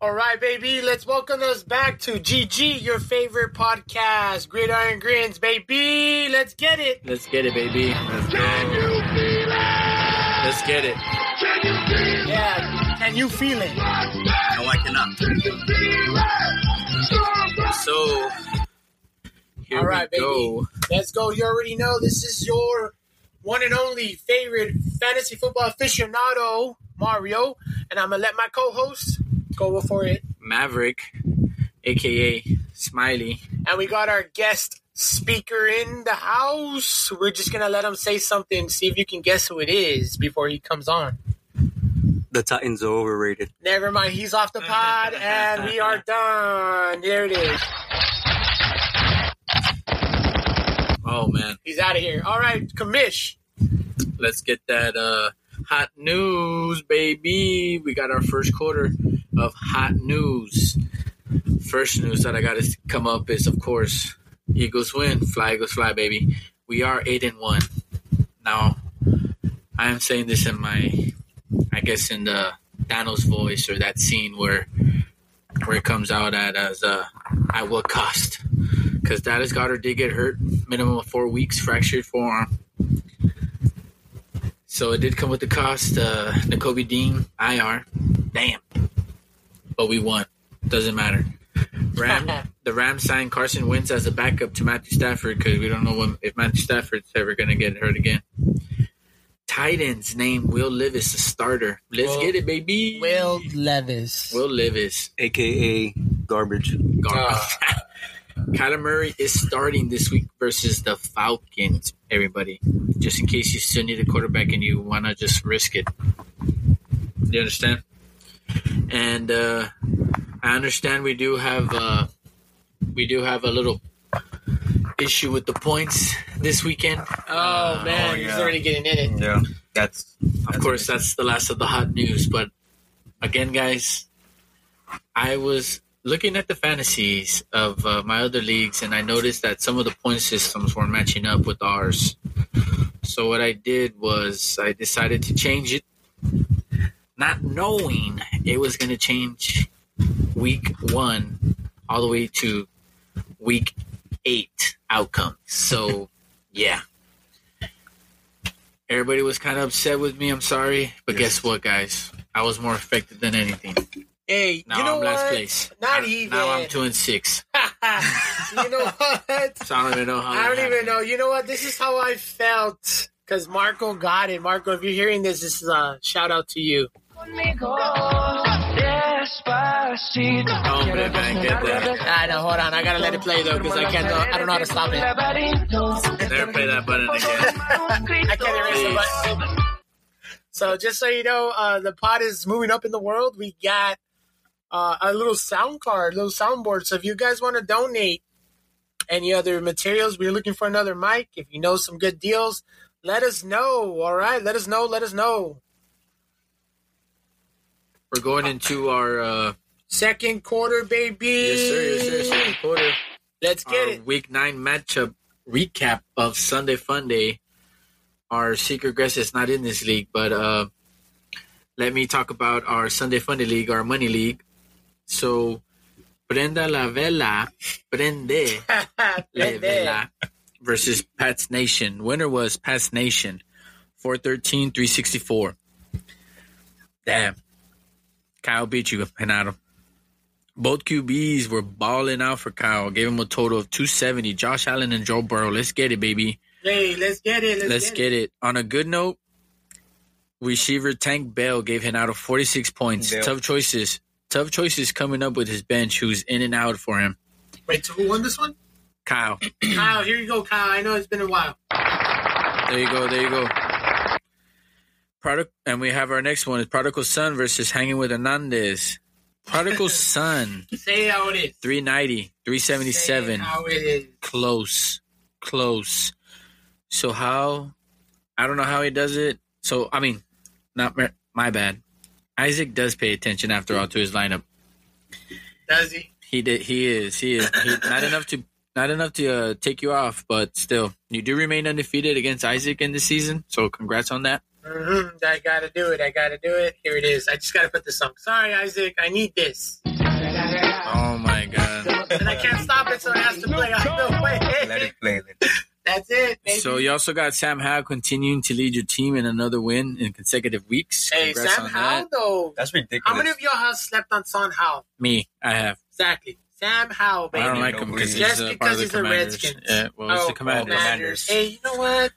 All right, baby, let's welcome us back to GG, your favorite podcast. Gridiron Grins, baby, let's get it. Let's get it, baby. Let's go. Let's get it. Yeah, can you feel it? No, I cannot. So here All right, we baby. go. Let's go. You already know this is your one and only favorite fantasy football aficionado, Mario. And I'm going to let my co host go for it. Maverick, aka Smiley. And we got our guest speaker in the house. We're just going to let him say something, see if you can guess who it is before he comes on. The Titans are overrated. Never mind. He's off the pod and we are done. There it is. Oh man, He's out of here. All right, commish. let's get that uh hot news, baby. We got our first quarter of hot news. First news that I got to come up is, of course, Eagles win. Fly Eagles fly, baby. We are eight and one. Now, I am saying this in my, I guess, in the Thanos voice or that scene where, where it comes out at as uh, at what cost? Because Dallas Goddard did get hurt, minimum of four weeks, fractured forearm. So it did come with the cost. Uh, N'Kobe Dean, IR. Damn. But we won. Doesn't matter. Ram, the Rams signed Carson Wentz as a backup to Matthew Stafford because we don't know when, if Matthew Stafford's ever going to get hurt again. Titans named Will Levis a starter. Let's Will- get it, baby. Will Levis. Will Levis. AKA garbage. Garbage. Kyler Murray is starting this week versus the Falcons, everybody. Just in case you still need a quarterback and you want to just risk it. You understand? And uh, I understand we do have uh, we do have a little issue with the points this weekend. Oh, man. oh, He's yeah. already getting in it. Yeah. That's Of course, that's the last of the hot news. But again, guys, I was looking at the fantasies of uh, my other leagues, and I noticed that some of the point systems weren't matching up with ours. So what I did was I decided to change it, not knowing it was going to change week one all the way to week eight outcome. So, yeah. Everybody was kind of upset with me. I'm sorry, but guess what, guys? I was more affected than anything. Hey, Now you know I'm last what? place. Not I- even. Now I'm two and six. you know what? Oh, So I don't even know how. I that don't even happened. know. You know what? This is how I felt because Marco got it. Marco, if you're hearing this, this is a shout out to you. Hombre, man, get that. I know. Hold on. I gotta let it play though because I can't. I don't know how to stop it. Never play that button again. I can't erase the button. So just so you know, uh, the pod is moving up in the world. We got uh, a little sound card, a little soundboard. So if you guys want to donate any other materials, we're looking for another mic. If you know some good deals, let us know. All right, let us know. Let us know. We're going into our uh, Second quarter, baby. yes, sir, yes, sir, Um, second quarter. Let's get our it. week nine matchup recap of Sunday Fun Day. Our secret guest is not in this league, but uh, let me talk about our Sunday Fun Day league, our money league. So, Brenda La Vela, Brende La Vela versus Pat's Nation. Winner was Pat's Nation, 413, 364. Damn. Kyle beat you, Penado. Both QBs were balling out for Kyle. Gave him a total of 270. Josh Allen and Joe Burrow. Let's get it, baby. Hey, let's get it. Let's, Let's get, get it. On a good note, receiver Tank Bell gave him out of 46 points. Bell. Tough choices. Tough choices coming up with his bench, who's in and out for him. it. Wait, so who won this one? Kyle. Kyle, here you go, Kyle. I know it's been a while. There you go. There you go. Product, and we have our next one is Prodigal Son versus Hanging with Hernandez. Prodigal Son, Say how it is. 390, 377. Say how it is. close, close. So how? I don't know how he does it. So I mean, not my, my bad. Isaac does pay attention after all to his lineup. Does he? He did. He is. He is. He, not enough to not enough to uh, take you off, but still, you do remain undefeated against Isaac in this season. So congrats on that. Mm-hmm, hmm I gotta do it. I gotta do it. Here it is. I just gotta put this song. Sorry, Isaac. I need this. Oh my god. And I can't stop it, so it has to play either Let way. it play. Let it. That's it. baby. So you also got Sam Howe continuing to lead your team in another win in consecutive weeks. hey, Congrats Sam on Howe, that. though. That's ridiculous. How many of y'all have slept on Son Howe? Me, I have. Exactly. Sam Howe, I don't baby. like him because he's Just uh, part because of the he's a commanders. Redskins. Oh, Yeah, well, it's the commanders. Commanders. Hey, you know what?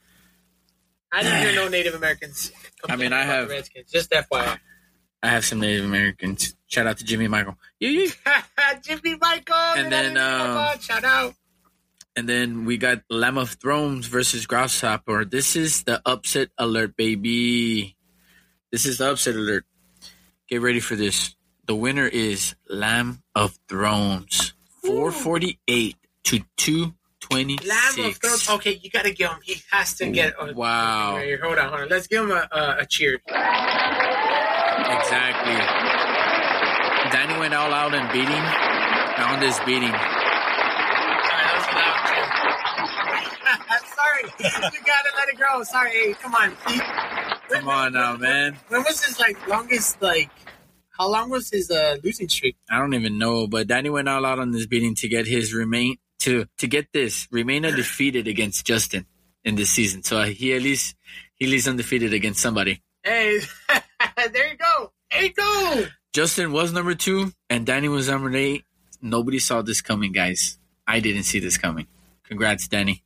I didn't hear no Native Americans. I mean, I about the have- Redskins. Just FYI. I have some Native Americans. Shout out to Jimmy Michael. Yeah, yeah. Jiffy Michael. And then, Native um, American, shout out. And then we got Lamb of Thrones versus Grasshopper. This is the upset alert, baby. This is the upset alert. Get ready for this. The winner is Lamb of Thrones. 448 to 226. Lamb of Thrones. Okay, you gotta give him. He has to get. A, Wow. Right here. Hold on, hold on. Let's give him a, a, a cheer. Exactly. Danny went all out and beating. Found this beating. Sorry, that was loud. Sorry, you gotta let it go. Sorry, hey, come on. He- Come on now, man. When was his like longest like? How long was his uh, losing streak? I don't even know, but Danny went all out on this beating to get his remain to to get this remain undefeated against Justin in this season. So uh, he at least he at least undefeated against somebody. Hey, there you go. There you go. Justin was number two and Danny was number eight. Nobody saw this coming, guys. I didn't see this coming. Congrats, Danny.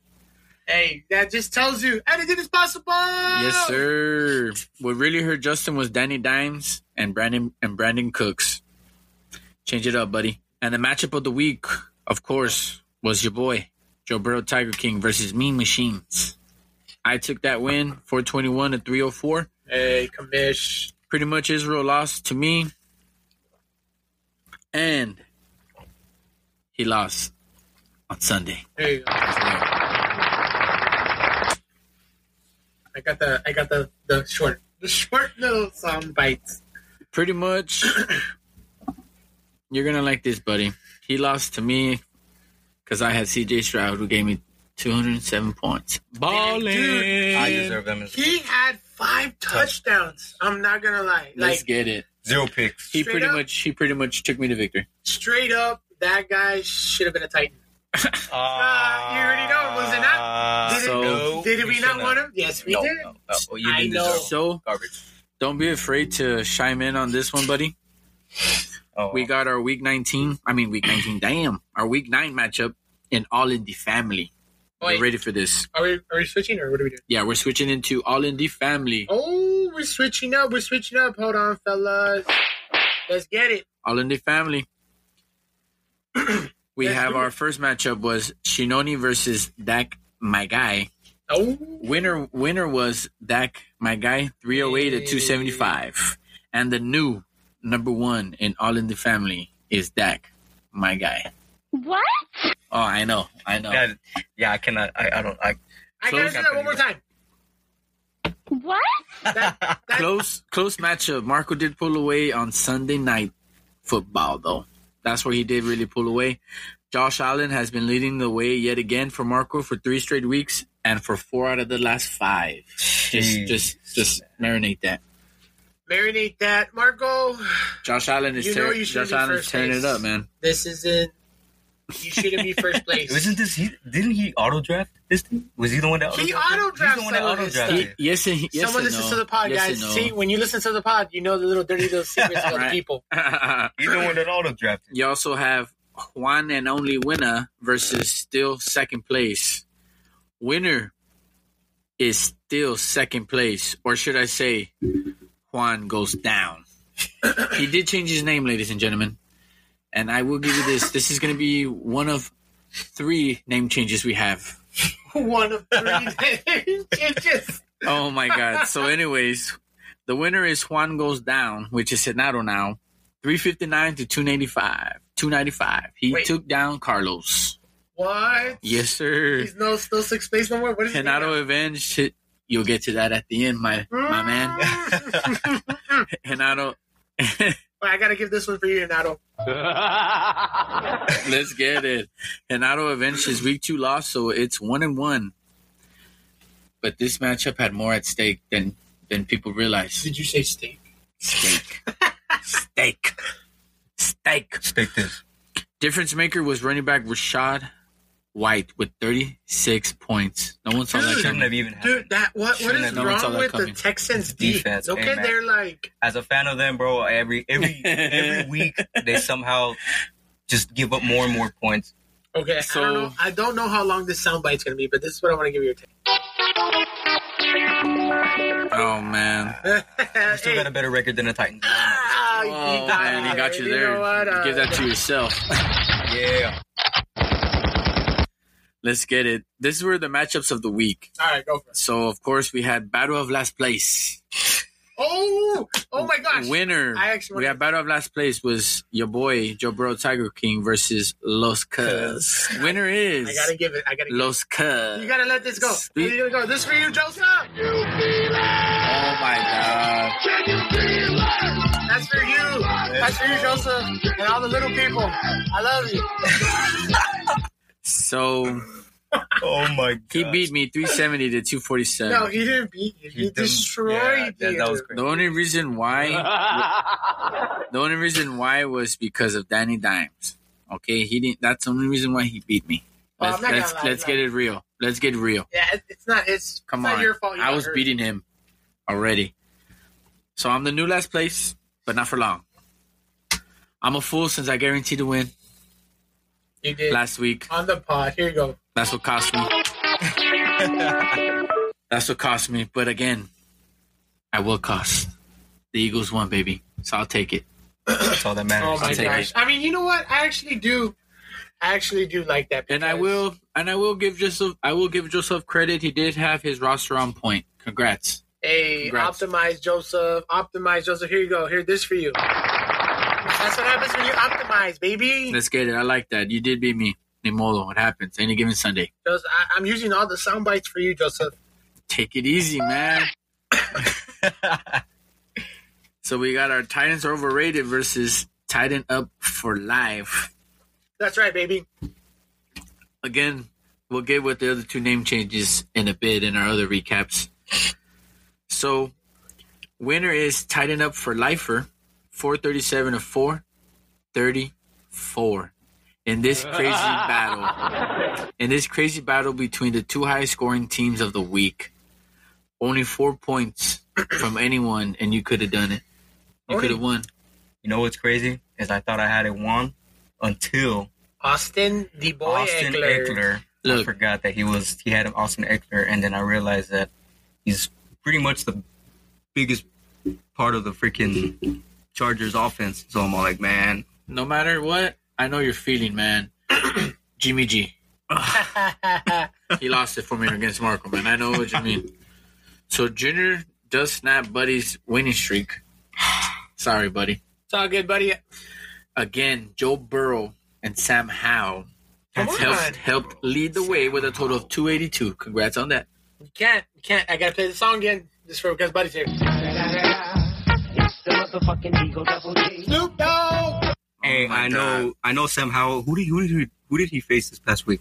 Hey, that just tells you anything is possible. Yes, sir. What really hurt Justin was Danny Dimes and Brandon and Brandon Cooks. Change it up, buddy. And the matchup of the week, of course, was your boy Joe Burrow Tiger King versus Mean Machines. I took that win, 421 to 304. Hey, commish. Pretty much Israel lost to me. And he lost on Sunday. There you go. as well. I got the I got the the short the short little sound bites. pretty much you're gonna like this buddy he lost to me because i had cj stroud who gave me 207 points dude. I balling deserve them. as- He had five touchdowns. I'm not gonna lie. let's Like get it Zero picks. he Straight pretty up? much he pretty much took me to victory straight up, that guy should have been a Titan. Ah, you already know, was it Uh, not? Did, Uh, So- no, did you we shouldn't not want have. him? Yes, we No, did. no, no. Oh, Well, you I didn't know. deserve him. so garbage. don't be afraid to chime in on this one buddy Oh, we got our week 19 i mean week 19 damn our week 9 matchup in all in the family Wait, you ready for this are we are we switching or what are we doing? yeah we're switching into all in the family Oh, we're switching up. We're switching up. Hold on, fellas. Let's get it. all in the family. we Let's have do our it. first matchup was Shinoni versus Dak, my guy. Oh, Winner winner was Dak, my guy, 308 at 275. And the new number one in All in the Family is Dak, my guy. What? Oh, I know, I know. yeah, yeah, I cannot. I, I don't. I, I gotta Close. do that one more time. What? That- Close close matchup. Marco did pull away on Sunday night football though. That's where he did really pull away. Josh Allen has been leading the way yet again for Marco for three straight weeks and for four out of the last five. Just Jeez. just just marinate that. Marinate that, Marco. Josh Allen is You know tear- you should Josh be Allen is first tearing base. it up, man. This isn't. You shouldn't be first place. Wasn't this he? Didn't he auto draft this thing? Was he the one that He He's the auto-drafts one that some of auto his He- drafted. yes and yes Someone and listens no. to the pod, Yes guys. and no. See, when you listen to the pod, you know the little dirty little secrets of the Right. people. He's the one that auto drafted. You also have Juan and only winner versus still second place. Winner is still second place, or should I say, Juan goes down. he did change his name, ladies and gentlemen. And I will give you this. This is going to be one of three name changes we have. One of three just Oh my God. So, anyways, the winner is Juan Goes Down, which is Senado now. 359 to 285. 295. He Wait. took down Carlos. What? Yes, sir. He's no no six space no more. What is Henado Avenged. hit- You'll get to that at the end, my my man. Mm. Henado, I gotta give this one for you, Renato. let's get it. Henado avenged his week two loss, so it's one and one. But this matchup had more at stake than than people realize. Did you say steak? Steak, steak, Dyke. Take this. Difference maker was running back Rashad White with 36 points. No one saw that Dude. Shouldn't coming. have even happened. Dude, that what what Shouldn't is have known until wrong that with the coming. Texans defense? Defense, Okay, amen. they're like As a fan of them, bro, every every every week they somehow just give up more and more points. okay. I So- don't know. I don't know how long this soundbite's gonna be, but this is what I want to give you a take. Oh man, We still got a better record than the Titans. Ah, oh, you man, he got you You there. know what, uh, Give that to yourself. Yeah. Let's get it. This were the matchups of the week. Uh, All right, go for it. So of course we had battle of last place. Oh, oh my gosh. Winner. I actually we wanna- had battle of last place was your boy Joe Burrow Tiger King versus Los Cuz. Winner is I gotta give it. I gotta. Give Los Cuz. it. You gotta let this go. Speak- Here we go. This for you, Joseph. oh my god. That's for you. That's for you, Joseph, and all the little people. I love you. So Oh my god. he beat me 370 to 247. No, he didn't beat you. He, He didn't- destroyed yeah, that- you. that was crazy. the only reason why the only reason why was because of Danny Dimes. Okay, he didn't that's the only reason why he beat me. Well, Let's I'm not gonna let's, lie, let's like- get it real. Let's get real. Yeah, it- it's not. It's Come it's not on. your fault. you I got was hurt. beating him already. So I'm the new last place, but not for long. I'm a fool since I guaranteed to win You did last week. on the pod. Here you go. That's what cost me. That's what cost me. But again, at what cost? The Eagles won, baby. So I'll take it. That's all that matters. Oh my I'll take gosh! it. I mean, you know what? I actually do. I actually do like that. And I because- will and I will give Joseph I will give Joseph credit. He did have his roster on point. Congrats. Hey, Congrats. optimize Joseph. Optimize Joseph. Here you go. Here, this for you. That's what happens when you optimize, baby. Let's get it. I like that. You did beat me. Nimodo, it happens any given Sunday. Joseph, I, I'm using all the sound bites for you, Joseph. Take it easy, man. So we got our Titans are overrated versus Titan up for life. That's right, baby. Again, we'll get with the other two name changes in a bit in our other recaps. So winner is Titan up for lifer, four thirty seven to four thirty four. In this crazy battle, in this crazy battle between the two highest scoring teams of the week, only four points from anyone, and you could have done it. You Only- could have won. You know what's crazy? Is I thought I had it won until Austin the boy Austin Eckler. Eckler. I Look. forgot that he was he had an Austin Eckler, and then I realized that he's pretty much the biggest part of the freaking Chargers offense. So I'm all like, man, No matter what, I know you're feeling, man. Jimmy G. he lost it for me against Marco, man. I know what you mean. So Junior does snap Buddy's winning streak. Sorry, buddy. It's all good, buddy. Again, Joe Burrow and Sam Howe Come has helped, on. helped lead the way with a total of 282. Congrats on that. You can't, you can't. I gotta play the song again. Just for because buddy's here. It's the motherfucking Eagle Double G. Snoop Dogg. hey, Oh my I know, I know somehow who did who did he, who did he face this past week?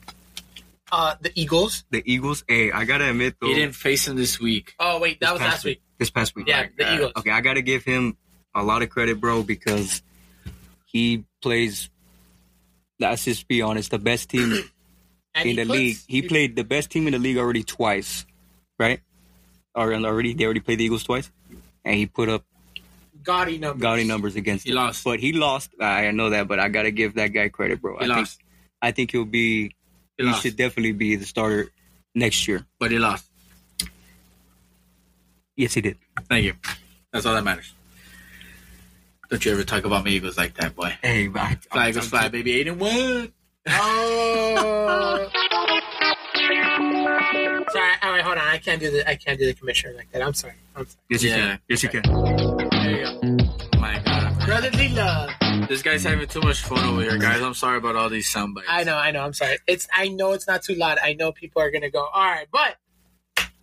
Uh, the Eagles. The Eagles. Hey, I gotta admit though, He didn't face him this week. Oh wait, that this was past last week. This past week, Yeah, right? the Eagles. Okay, I gotta give him a lot of credit, bro, because he plays. Let's just be honest. The best team And in he the puts- league. He played the best team in the league already twice, right? Or and already they already played the Eagles twice, and he put up gaudy numbers. gaudy numbers against. He them. lost. but he lost. I know that, but I gotta give that guy credit, bro. He I lost. think I think he'll be. He He, lost. should definitely be the starter next year. But he lost. Yes, he did. Thank you. That's all that matters. Don't you ever talk about my Eagles like that, boy. Hey, I, Fly Eagles fly, baby. Eight and one. Oh. sorry. All right, hold on. I can't do the. I can't do the commissioner like that. I'm sorry. I'm sorry. yes, Yeah. Oh you can. Yes, you can. There you go. My God. Brotherly love. This guy's having too much fun over here, guys. I'm sorry about all these sound bites. I know. I know. I'm sorry. It's. I know it's not too loud. I know people are gonna go. All right, but.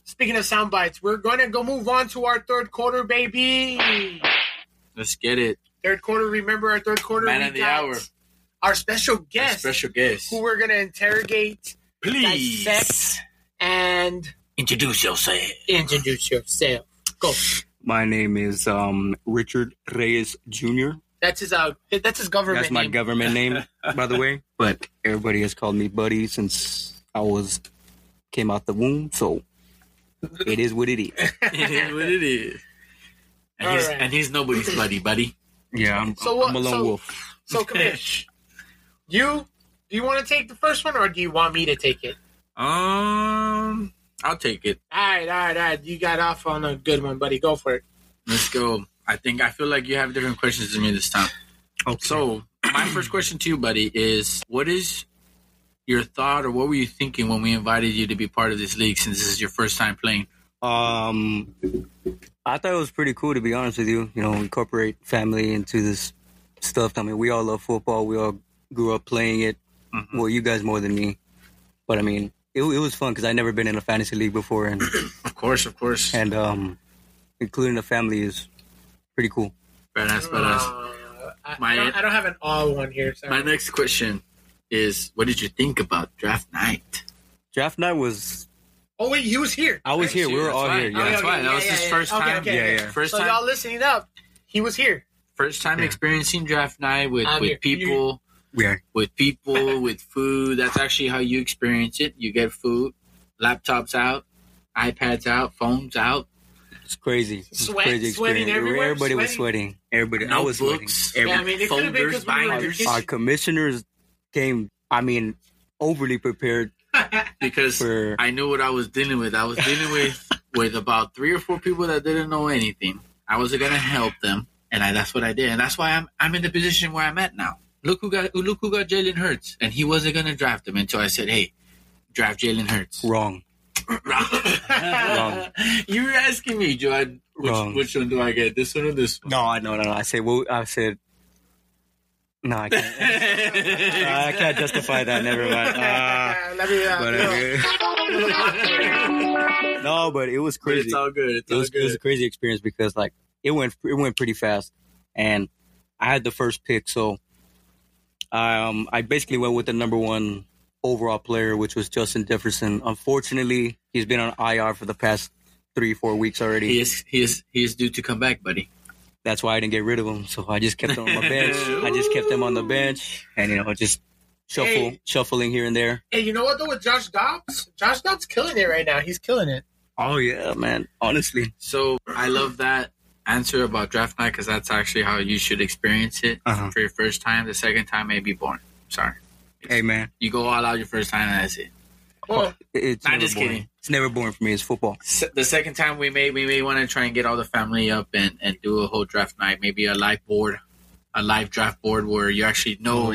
Speaking of sound bites, we're gonna go move on to our third quarter, baby. Let's get it. Third quarter. Remember our third quarter. Man we of the got hour. Our special Yes. guest, Special guest. who we're gonna interrogate, Please dissect, and introduce yourself. introduce yourself. Go. My name is um, Richard Reyes Jr. That's his uh, that's his government. That's my name. government name, by the way. But everybody has called me buddy since I was came out the womb. So it is what it is. it is what it is. And All he's, right. and he's nobody's buddy, buddy. Yeah, I'm, So I'm a what- lone so- wolf. So come here. You do you want to take the first one or do you want me to take it? Um, I'll take it. All right, all right, all right. You got off on a good one, buddy. Go for it. Let's go. I think I feel like you have different questions than me this time. Oh, Okay. So my first question to you, buddy, is what is your thought or what were you thinking when we invited you to be part of this league since this is your first time playing? Um, I thought it was pretty cool to be honest with you. You know, incorporate family into this stuff. I mean, we all love football. We all grew up playing it. Well, you guys more than me, but I mean, it, it was fun because I never been in a fantasy league before, and Of course, of course. and um, including the family is pretty cool. Badass, badass. Uh, I, My- I, don't, I don't have an all one here. Sorry. My next question is what did you think about draft night? Draft night was. oh wait, he was here. I was here. We were That's all why- here. Oh, Yeah, Yeah. that's why. That was his first okay, time. Okay, Yeah, okay. yeah. First so time. y'all listening up. He was here. first time Yeah. experiencing draft night with, I'm here. with people we are. with people with food that's actually how you experience it you get food laptops out ipads out phones out It's crazy. It was a Sweat- crazy sweating experience. everywhere, Everybody was sweating. Everybody, I was sweating. notebooks Every- Yeah, I mean, it could've been folders 'cause we were in the binders kitchen. Our commissioners came. I mean, overly prepared because for. i knew what i was dealing with i was dealing with with about three or four people that didn't know anything i was gonna help them and I, that's what i did and that's why i'm i'm in the position where i'm at now look who got look who got jalen hurts and he wasn't gonna draft him until i said hey draft jalen hurts Wrong. Wrong. you were asking me, do I Wrong. which, which one do I get? This one or this one? No, I no no no. I said. Well, I said. No, I can't. I can't justify that. Never mind. Uh, Let me, uh, But, uh, no. no, but it was But crazy. it's all good. It's it all was, it was a good. crazy experience because like it went it went pretty fast, and I had the first pick, so um I basically went with the number one overall player, which was Justin Jefferson. Unfortunately, he's been on IR for the past three four weeks already. He is he is he is due to come back, buddy. That's why I didn't get rid of him, so I just kept him on my bench. I just kept him on the bench, and you know just shuffle Hey. shuffling here and there. Hey, you know what though with Josh Dobbs? Josh Dobbs killing it right now. He's killing it. Oh yeah, man. Honestly, So I love that answer about draft night because that's actually how you should experience it Uh-huh. for your first time. The second time may be boring. Sorry, hey man, you go all out your first time and that's it. Well, it- it's I'm never just boring. kidding. It's never boring for me. It's football. S- The second time we may we may want to try and get all the family up and and do a whole draft night. Maybe a live board, a live draft board where you actually know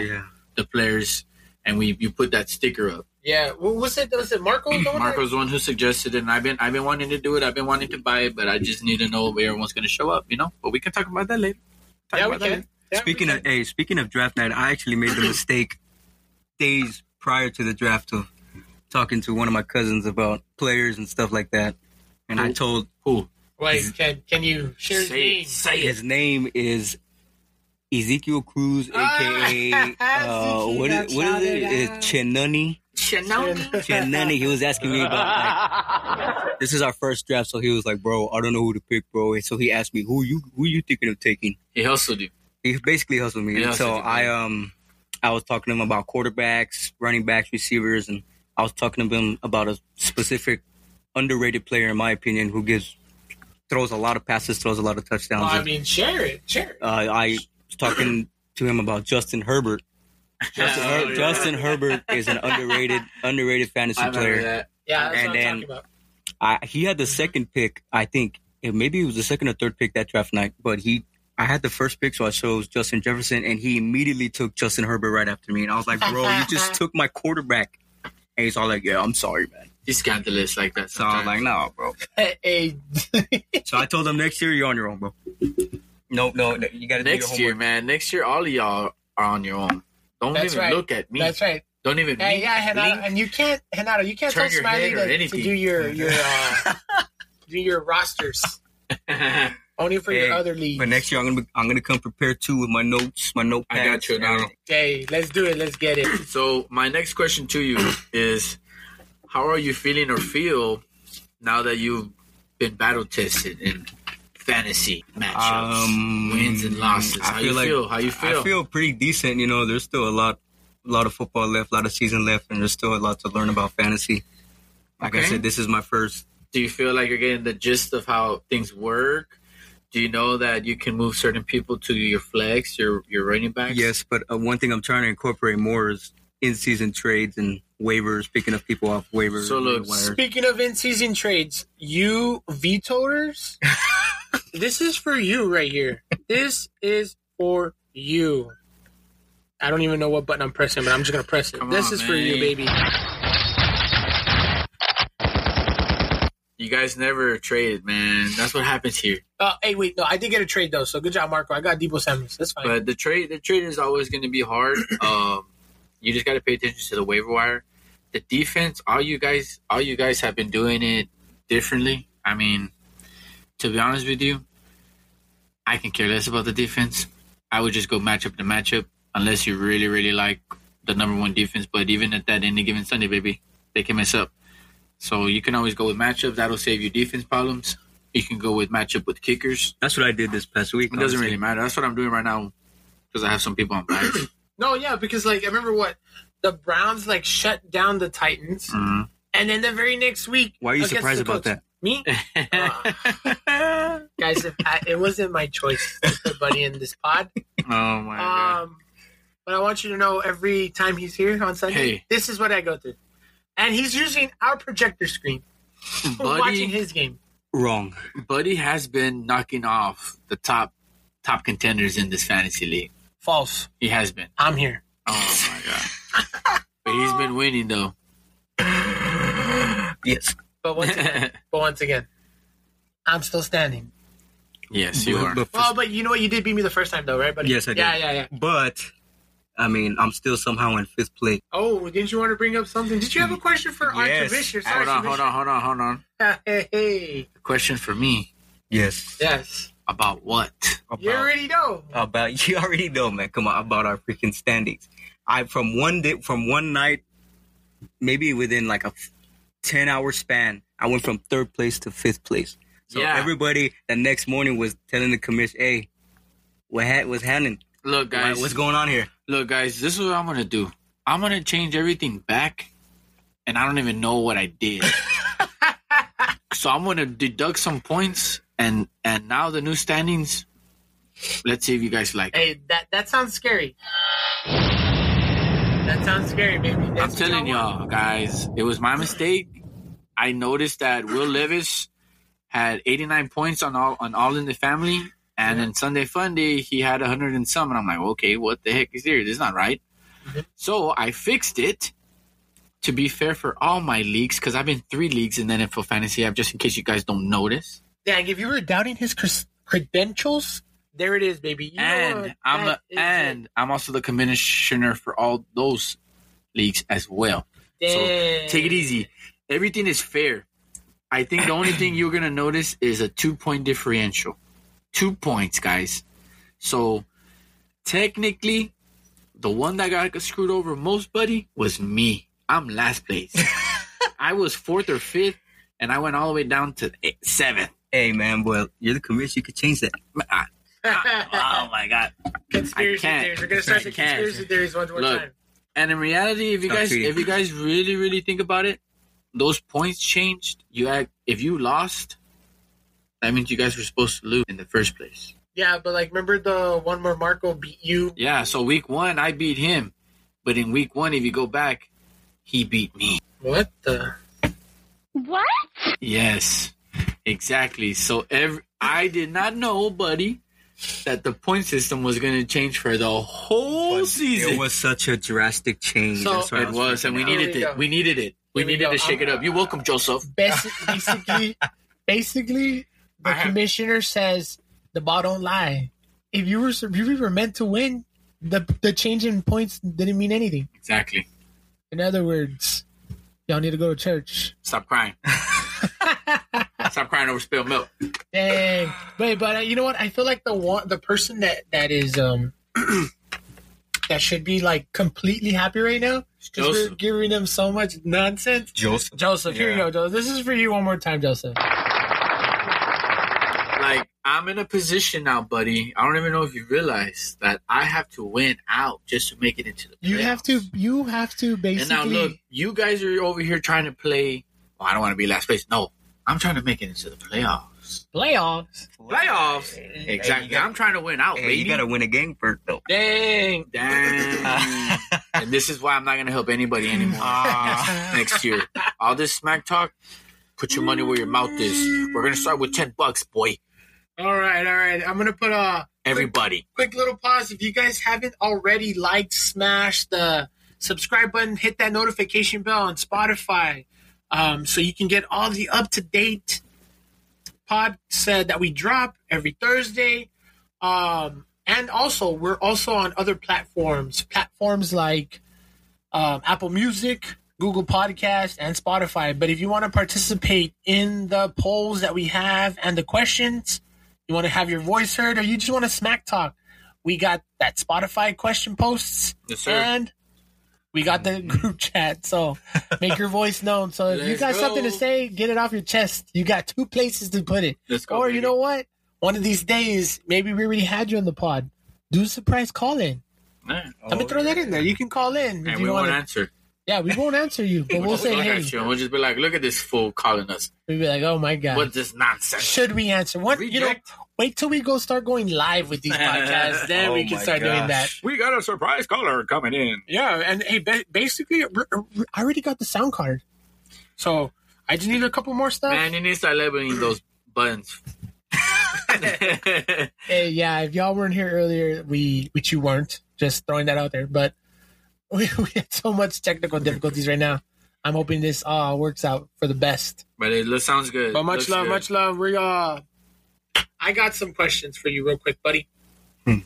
the players and we you put that sticker up. yeah. Well, what's it? Was it Marco? going there? Mm, Marco's the one who suggested it, and I've been I've been wanting to do it. I've been wanting to buy it, but I just need to know where everyone's going to show up. You know, but we can talk about that later. Talk Yeah, we about that can. later. Yeah, we Speaking can. of hey, speaking of draft night, I actually made the mistake days prior to the draft of talking to one of my cousins about players and stuff like that. And I told Who? Wait, can can you share his Say name? it. Say it. His name is Ezekiel Cruz, aka uh, what is what is it? It's Chenunny. Chenunny. He was asking me about like this is our first draft, so he was like, "Bro, I don't know who to pick, bro." And so he asked me, "Who you who you thinking of taking?" He hustled you. He basically hustled me. Yeah, And so that's what I um I was talking to him about quarterbacks, running backs, receivers, and I was talking to him about a specific underrated player, in my opinion, who gives throws a lot of passes, throws a lot of touchdowns. Well, I and- mean, share it. Share it. uh, I was talking to him about Justin Herbert. Justin, Her- Justin Herbert is an underrated underrated fantasy I remember player. that. Yeah, that's and what I'm then- talking about. I, he had the Mm-hmm. second pick, I think. and Maybe it was the second or third pick that draft night, but he I had the first pick, so I chose Justin Jefferson, and he immediately took Justin Herbert right after me. And I was like, bro, you just took my quarterback. And he's all like, yeah, I'm sorry, man. He's scandalous like that. so I was Sometimes. like, no, bro. Hey, hey, So I told him next year you're on your own, bro. No, no, no, you gotta do next your year, man. Next year, all of y'all are on your own. Don't That's even right. look at me. that's right. Don't even. Hey, me. yeah, Hanada, Link. and you can't, Hanada, you can't Turn tell your Smiley head or to, to anything. do your your uh, do your rosters only for Hey, your other leagues. But next year I'm gonna be, I'm gonna come prepared too with my notes, my notepad. I got you now. Hey, let's do it. Let's get it. So my next question to you is, how are you feeling or feel now that you've been battle tested and fantasy matchups, wins and losses. I How feel you like- feel? How you feel? I feel pretty decent. You know, there's still a lot, a lot of football left, a lot of season left, and there's still a lot to learn about fantasy. Like I Okay. said, this is my first. Do you feel like you're getting the gist of how things work? Do you know that you can move certain people to your flex, your your running backs? Yes, but uh, one thing I'm trying to incorporate more is in-season trades and waivers, picking up people off waivers. So look, wire. Speaking of in-season trades, you vetoers, this is for you right here. This is for you. I don't even know what button I'm pressing, but I'm just gonna press it. Come this on, is for you, man. baby. You guys never traded, man. That's what happens here. Uh, hey, wait, no, I did get a trade though, so good job, Marco. I got Debo Samuels. That's fine. But the trade the trade is always going to be hard. Um, you just got to pay attention to the waiver wire. The defense, all you guys, all you guys have been doing it differently. I mean, to be honest with you, I can care less about the defense. I would just go matchup to matchup unless you really, really like the number one defense. But even at that any given Sunday, baby, they can mess up. So you can always go with matchup. That'll save you defense problems. You can go with matchup with kickers. That's what I did this past week. It doesn't honestly. really matter. That's what I'm doing right now because I have some people on back. no, yeah, because like I remember what the Browns like shut down the Titans, Mhm. and then the very next week. Mm. Why are you against surprised the about Colts- that? Me, guys, if I, it wasn't my choice to put Buddy in this pod. oh my god! Um, but I want you to know every time he's here on Sunday, Hey. this is what I go through. And he's using our projector screen for watching Buddy, his game. Wrong. Buddy has been knocking off the top top contenders in this fantasy league. False. He has been. I'm here. Oh my god! but he's been winning though. Yes. But once again, but once again, I'm still standing. yes, you are. But- but- Well, but you know what? You did beat me the first time, though, right, buddy? Yes, I did. Yeah, yeah, yeah. but I mean, I'm still somehow in fifth place. Oh, didn't you want to bring up something? Did you have a question for our Yes. commissioner? Sorry, Hold on, hold on, hold on, hold on. on. Hey, hey. Question for me Yes. Yes. about what? About, You already know. about you already know, man. Come on, about our freaking standings. I from one day from one night, maybe within like a ten hour span, I went from third place to fifth place. So Yeah. everybody the next morning was telling the commission, "Hey, what ha- was happening? Look, guys, What's going on here?" look guys this is what i'm gonna do i'm gonna change everything back and i don't even know what i did so i'm gonna deduct some points and and now the new standings let's see if you guys like it. Hey, that that sounds scary. That sounds scary, baby. i'm That's what want. telling y'all guys it was my mistake i noticed that will levis had 89 points on all on all in the family and then sunday funday he had 100 and some and i'm like okay what the heck is here this is not right Mm-hmm. So I fixed it to be fair for all my leagues because I've been three leagues in the NFL Fantasy app just in case you guys don't notice. Dang, if you were doubting his cres- credentials, there it is, baby. You know and what? I'm That the, is and I'm also the commissioner for all those leagues as well. it. so Dang. Take it easy. Everything is fair. I think the only thing you're gonna notice is a two point differential. Two points, guys. So technically, the one that got screwed over most, buddy, was me. I'm last place. I was fourth or fifth, and I went all the way down to eight, seventh. Hey, man, well, you're the commission. You could change that. I- oh my god! conspiracy I can't. theories. We're gonna start I the can't. conspiracy theories one more Look. time. And in reality, if you Stop guys cheating. if you guys really really think about it, those points changed. You act if you lost, that means you guys were supposed to lose in the first place. Yeah, but like, remember the one where Marco beat you? Yeah. So week one, I beat him, but in week one, if you go back, he beat me. What the? What? Yes, exactly. So every I did not know, buddy, that the point system was going to change for the whole season. It was such a drastic change. So- why I It was, and we freaking out. Here needed we go. it. We needed it. We Here we needed go. to shake it up. You're welcome, Joseph. Basi- Basically, basically, the commissioner says the ball don't lie. If you were if you were meant to win, the the change in points didn't mean anything. Exactly. In other words, y'all need to go to church. Stop crying. Stop crying over spilled milk. Dang. Wait, but uh, you know what? I feel like the one, the person that that is um that should be like completely happy right now because we're Joseph. giving them so much nonsense. Joseph. Joseph, here you Yeah. go, Joseph. This is for you one more time, Joseph. Like I'm in a position now, buddy. I don't even know if you realize that I have to win out just to make it into the. You have playoffs. to. You have to And now basically. look, you guys are over here trying to play. Oh, I don't want to be last place. No, I'm trying to make it into the playoffs. playoffs. Playoffs. Exactly. gotta- I'm trying to win out, Hey, baby. you gotta win a game first, though. Dang, dang. and this is why I'm not gonna help anybody anymore next year. All this smack talk. Put your money where your mouth is. We're gonna start with ten bucks, boy. All right, all right. I'm gonna put a Everybody. quick little pause. If you guys haven't already liked, smash the subscribe button, hit that notification bell on Spotify, um, so you can get all the up to date pod said that we drop every Thursday. Um, and also, we're also on other platforms, platforms like um, Apple Music, Google Podcast, and Spotify. But if you want to participate in the polls that we have and the questions, you want to have your voice heard, or you just want to smack talk, we got that Spotify question posts, Yes, sir. Mm. and we got the group chat. So make your voice known. So if you Let's got something to go. say, get it off your chest. You got two places to put it. Let's go, or baby. you know what? One of these days, maybe we already had you on the pod. Do a surprise call in. Oh, Yeah. Let me throw that in there. You can call in if And you we won't want to. answer. Yeah, we won't answer you, but we'll just say look hey. at you and we'll just be like, look at this fool calling us. We'll be like, oh my god, What's this nonsense? should we answer? What you know? Reject. Wait till we go start going live with these podcasts, then Oh we can my start doing that. gosh. We got a surprise caller coming in. Yeah, and hey, ba- basically, r- r- I already got the sound card, so I just need a couple more stuff. Man, you need to start labeling those buttons. Hey, yeah, if y'all weren't here earlier, we which you weren't, just throwing that out there, but we, we had so much technical difficulties right now. I'm hoping this uh works out for the best. but it looks, sounds good. But much Looks love, good. much love. We uh I got some questions for you real quick, buddy. Hmm.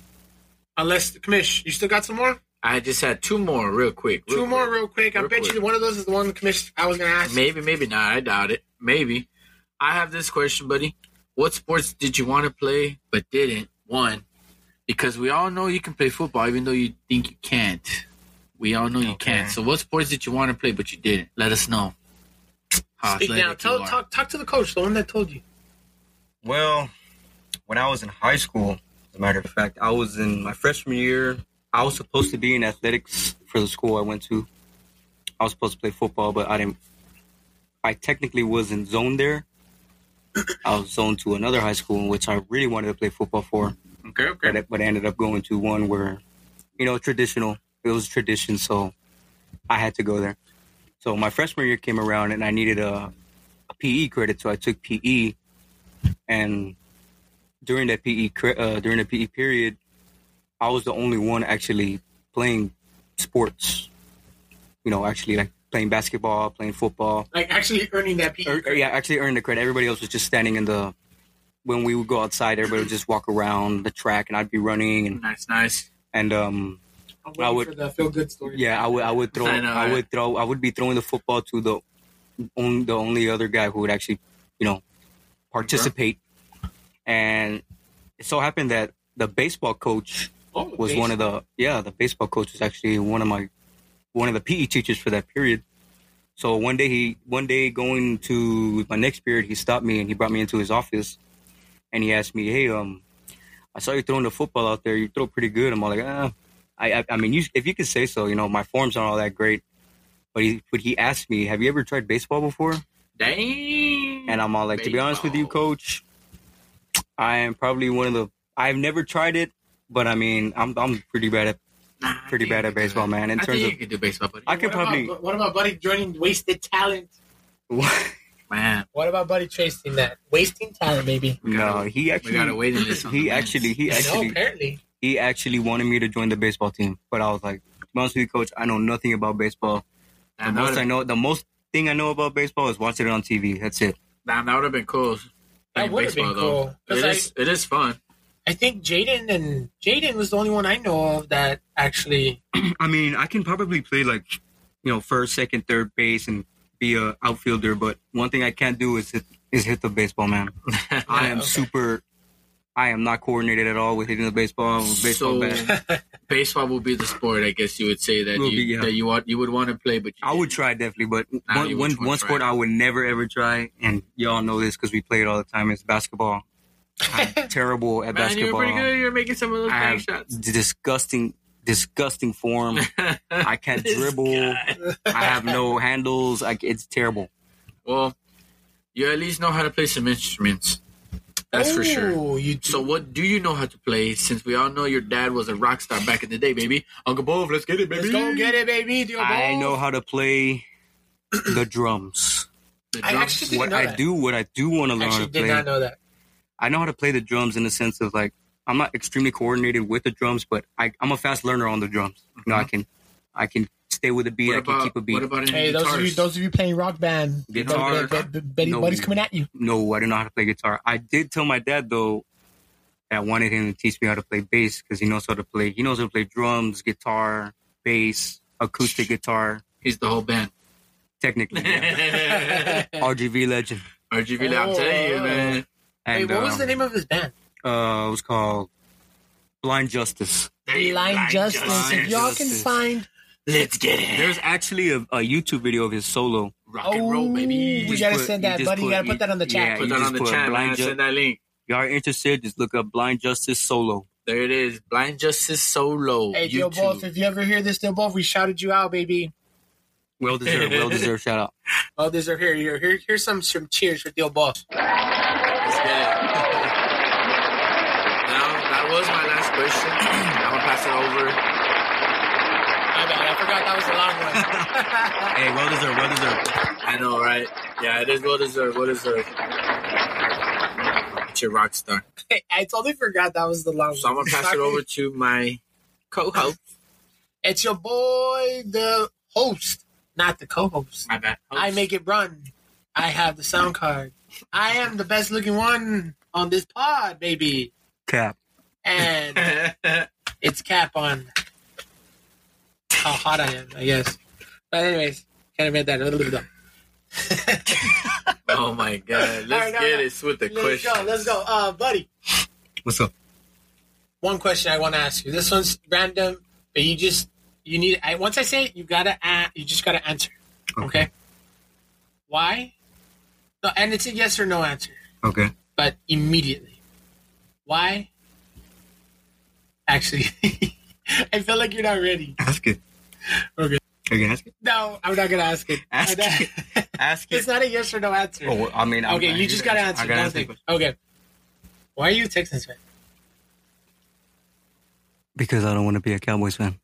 Unless Commish, you still got some more? I just had two more real quick. Two real more quick. real quick. I Real bet you quick. one of those is the one Commish I was gonna ask. Maybe, maybe not. I doubt it. Maybe. I have this question, buddy. What sports did you want to play but didn't? One, because we all know you can play football even though you think you can't. We all know you can't. So, what sports did you want to play but you didn't? Let us know. How Speak now. athletic you Tell, are. talk talk to the coach, the one that told you. Well, when I was in high school, as a matter of fact, I was in my freshman year. I was supposed to be in athletics for the school I went to. I was supposed to play football, but I didn't. I technically wasn't zoned there. I was zoned to another high school, which I really wanted to play football for, Okay, okay. but I, but I ended up going to one where, you know, traditional. It was tradition, so I had to go there. So my freshman year came around, and I needed a, a PE credit, so I took PE and during that PE cre- uh, during the PE period, I was the only one actually playing sports. You know, actually like playing basketball, playing football. Like actually earning that E PE. Er, er, yeah, actually earned the credit. Everybody else was just standing in the. When we would go outside, everybody would just walk around the track, and I'd be running and Nice, nice. and um I'm I waiting would- for the feel good story. yeah, I would I would throw I know, I right? would throw I would be throwing the football to the only the only other guy who would actually you know participate, and it so happened that the baseball coach Oh, was one of the yeah the baseball coach was actually one of my one of the PE teachers for that period. So one day he one day going to my next period he stopped me and he brought me into his office, and he asked me, hey um, I saw you throwing the football out there. You throw pretty good. I'm all like ah, I I, I mean you if you could say so. You know my forms aren't all that great, but he but he asked me, have you ever tried baseball before? Dang. And I'm all like, to be honest with you, Baseball. coach, I am probably one of the. I've never tried it, but I mean, I'm I'm pretty bad at Nah, I pretty think bad you could at do baseball, it. man. In I terms think of, you could do baseball, buddy. I could What about- probably. what about Buddy joining Wasted Talent? Man, What about Buddy chasing that? Wasting talent, baby. We gotta- no, he we gotta actually. wait in this. on the He men's. actually, he no, actually, apparently. he actually wanted me to join the baseball team, but I was like, to be honest with you, coach, I know nothing about baseball. The Damn, that most I would've- know, the most thing I know about baseball is watching it on TV. That's it. damn, that would have been cool. Playing would've been cool. 'Cause It I- is, it is fun. I think Jaden and Jaden was the only one I know of that actually. I mean, I can probably play like, you know, first, second, third base and be a outfielder, but one thing I can't do is hit is hit the baseball, man. I am okay. super I am not coordinated at all with hitting the baseball with baseball So- bat. baseball will be the sport, I guess you would say that you, Will be, yeah. that you want you would want to play, but you I would didn't. try definitely, but Nah, one you one, wouldn't one try. sport I would never ever try, and y'all know this because we play it all the time, is basketball. I'm terrible Man, at you're basketball. pretty good. You're making some of those I bank have shots. disgusting, disgusting form. I can't This dribble. guy. I have no handles. I, it's terrible. Well, you at least know how to play some instruments. That's for sure. Ooh, You So, what do you know how to play? Since we all know your dad was a rock star back in the day, baby. Uncle Bove, let's get it, baby. let's go get it, baby. Yo, I bro. know how to play the drums. The I drums. actually didn't What know I that. do, what I do want to learn how Actually, to did play. not know that. I know how to play the drums in the sense of like I'm not extremely coordinated with the drums, but I, I'm a fast learner on the drums. You Mm-hmm. know, I can I can stay with a beat. What I can about, keep a beat. what about any Hey, those of you, guitars? those of you playing rock band, Guitar. Bet- bet- bet- Betty No. Buddy's coming at you. no, I don't know how to play guitar. I did tell my dad though that I wanted him to teach me how to play bass because he knows how to play. He knows how to play drums, guitar, bass, acoustic guitar. He's the whole band. Technically, yeah. RGV legend. RGB, I'm telling you, Oh. man. Hey, And what was um, the name of his band? Uh, it was called Blind Justice. Blind Justice. If y'all can Justice. find, Let's get it. There's actually a, a YouTube video of his solo. rock and roll, baby. We just gotta put- send you that, just buddy. You gotta put that on the chat. yeah, put you that just on the put chat, Blind man. Ju- Send that link. If y'all are interested, just look up Blind Justice solo. There it is. Blind Justice Solo. hey, Deal Wolf, YouTube. if you ever hear this, Deal Wolf, we shouted you out, baby. Well deserved, well deserved shout out. Oh, these are here. Here, here here's some some cheers for Deal Wolf. Let's get it. now, that was my last question. I'm going to pass it over. My bad, I forgot that was the long one. Hey, well deserved, well deserved. I know, right? Yeah, it is well deserved. Well deserved. It's your rock star. I totally forgot that was the long one. So I'm going to pass it Sorry. over to my co host. It's your boy, the host, not the co-host. My bad. I make it run. I have the sound card. I am the best looking one on this pod, baby. Cap. And it's cap on how hot I am, I guess. But anyways, kind of made that a little bit dumb. oh, my God. Let's All right, all get right. it with the Let's question. go, let's go. Uh buddy. What's up? One question I want to ask you. This one's random, but you just you need I once I say it, you gotta a you just gotta answer. Okay. Why? No, and it's a yes or no answer, Okay. but immediately. Why? Actually, I feel like you're not ready. Ask it. Okay. Are you gonna ask it? No, I'm not gonna ask it. Ask it. Ask it's it. not a yes or no answer. Oh, well, I mean, I'm- Okay, I- you just gotta I answer. gotta Don't answer the think. question. Okay. Why are you a Texans fan? Because I don't want to be a Cowboys fan.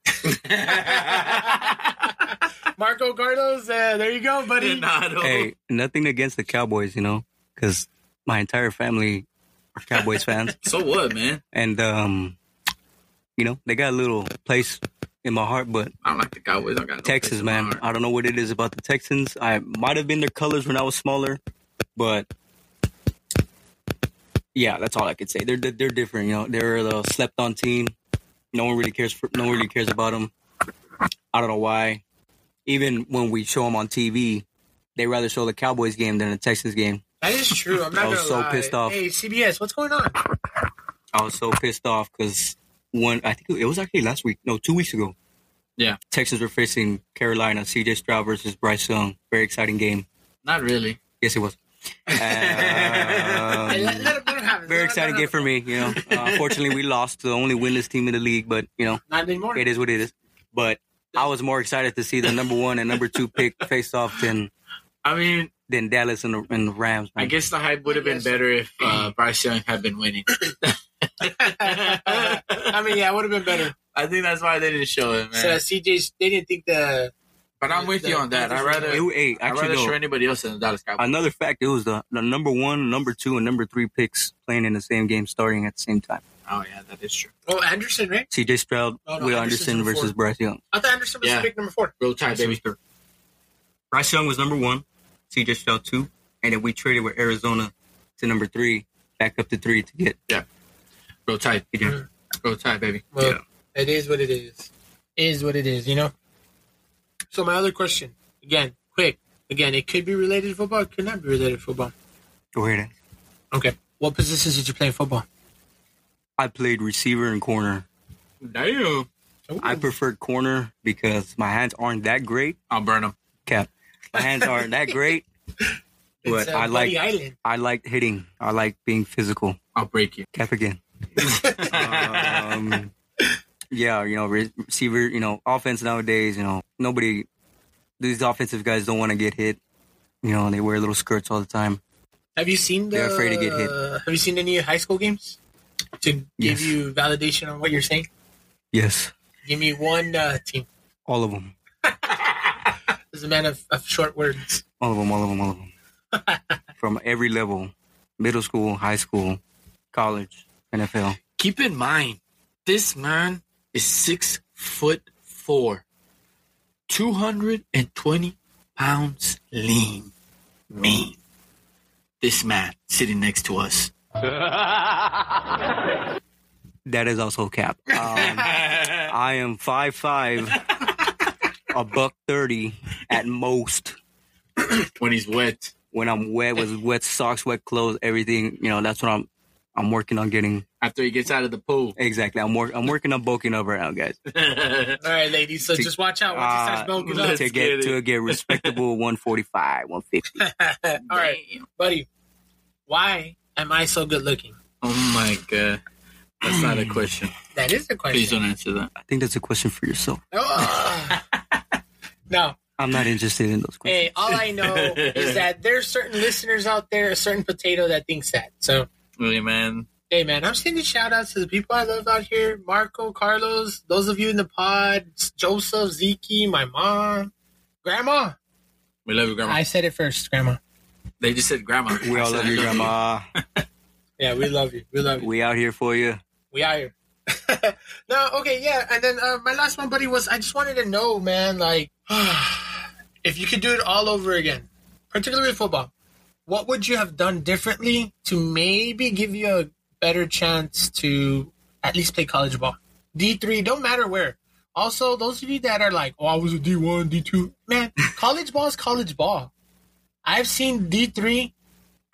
Marco Carlos, uh, there you go, buddy. Leonardo. Hey, nothing against the Cowboys, you know, because my entire family are Cowboys fans, So what, man? and um, you know, they got a little place in my heart, but I don't like the Cowboys. I don't got no place Texas, in my man. heart. I don't know what it is about the Texans. I might have been their colors when I was smaller, but yeah, that's all I could say. They're they're, they're different, you know. They're the slept-on team. No one really cares. For, no one really cares about them. I don't know why. Even when we show them on TV, they rather show the Cowboys game than the Texans game. That is true. I'm not I was gonna so lie. pissed off. Hey, CBS, what's going on? I was so pissed off because one, I think it was actually last week, no, two weeks ago. Yeah. Texans were facing Carolina. C.J. Stroud versus Bryce Young. Very exciting game. Not really. Yes, it was. Hey, Um, let, let, him- let him have it. Let very him- exciting let him game for me, you know. Uh, unfortunately, we lost the only winless team in the league, but you know, have it. Not anymore. it is what it is. But I was more excited to see the number one and number two pick face off than I mean, than Dallas and the, and the Rams. I man. guess the hype would have been better if uh, Bryce Young had been winning. I mean, yeah, it would have been better. I think that's why they didn't show it, So man. CJ's, they didn't think the. but I'm with you on that. I rather It- hey, I rather actually, no. show anybody else than the Dallas Cowboys. another fact, it was the, the number one, number two, and number three picks playing in the same game, starting at the same time. Oh yeah, that is true. Oh, Anderson, right? C.J. Stroud, Oh, no, Will Anderson's Anderson number versus four. Bryce Young. I thought Anderson was Yeah. pick number four. Roll Tide, baby. Bryce Young was number one, CJ Stroud two, and then we traded with Arizona to number three, back up to three to get Roll Tide. Mhm. Roll Tide, baby. Well, it is what it is. Is what it is, you know. So my other question, again, quick, again, it could be related to football, it could not be related to football. Go ahead. Okay, what positions did you play in football? I played receiver and corner. Damn. I preferred corner because my hands aren't that great. I'll burn him. Cap. My hands aren't that great. It's, But uh, I like Bloody Island. I like hitting. I like being physical. I'll break you. Cap again. um, yeah, you know, re- receiver, you know, offense nowadays, you know, nobody, these offensive guys don't want to get hit. You know, they wear little skirts all the time. Have you seen the? They're afraid to get hit. Have you seen any high school games to give Yes. you validation on what you're saying? Yes, Give me one uh, team. all of them. This is a man of, of short words. All of them, all of them, all of them. From every level middle school, high school, college, NFL. Keep in mind, this man is six foot four, 220 pounds lean. Mean. This man sitting next to us. That is also cap. Um, I am five five, a buck 30 at most. When he's wet, When I'm wet with wet socks, wet clothes, everything, you know, that's what I'm. I'm working on getting after he gets out of the pool. exactly. I'm work. I'm working on bulking up right now, guys. Oh All right, ladies. So To- just watch out. Watch it starts bulking Uh, up. to Let's get get it. to get respectable 145, 150. All right, buddy. Why am I so good looking? Oh my god. That's not a question. That is the Please question. don't answer that. I think that's a question for yourself. Oh. no. I'm not interested in those questions. Hey, all I know is that there's certain listeners out there, a certain potato that thinks that. So, Really, man. hey, man, I'm sending shout outs to the people I love out here Marco, Carlos, those of you in the pod, Joseph, Zeke, my mom, Grandma. We love you, Grandma. I said it first, Grandma. they just said Grandma. we I all said, love I you, grandma. Yeah, we love you. We love you. we out here for you. We are here. no, okay, yeah. And then uh, my last one, buddy, was I just wanted to know, man, like, if you could do it all over again, particularly with football, what would you have done differently to maybe give you a better chance to at least play college ball? D3, don't matter where. Also, those of you that are like, oh, I was a D1, D2, man, college ball is college ball. I've seen D3.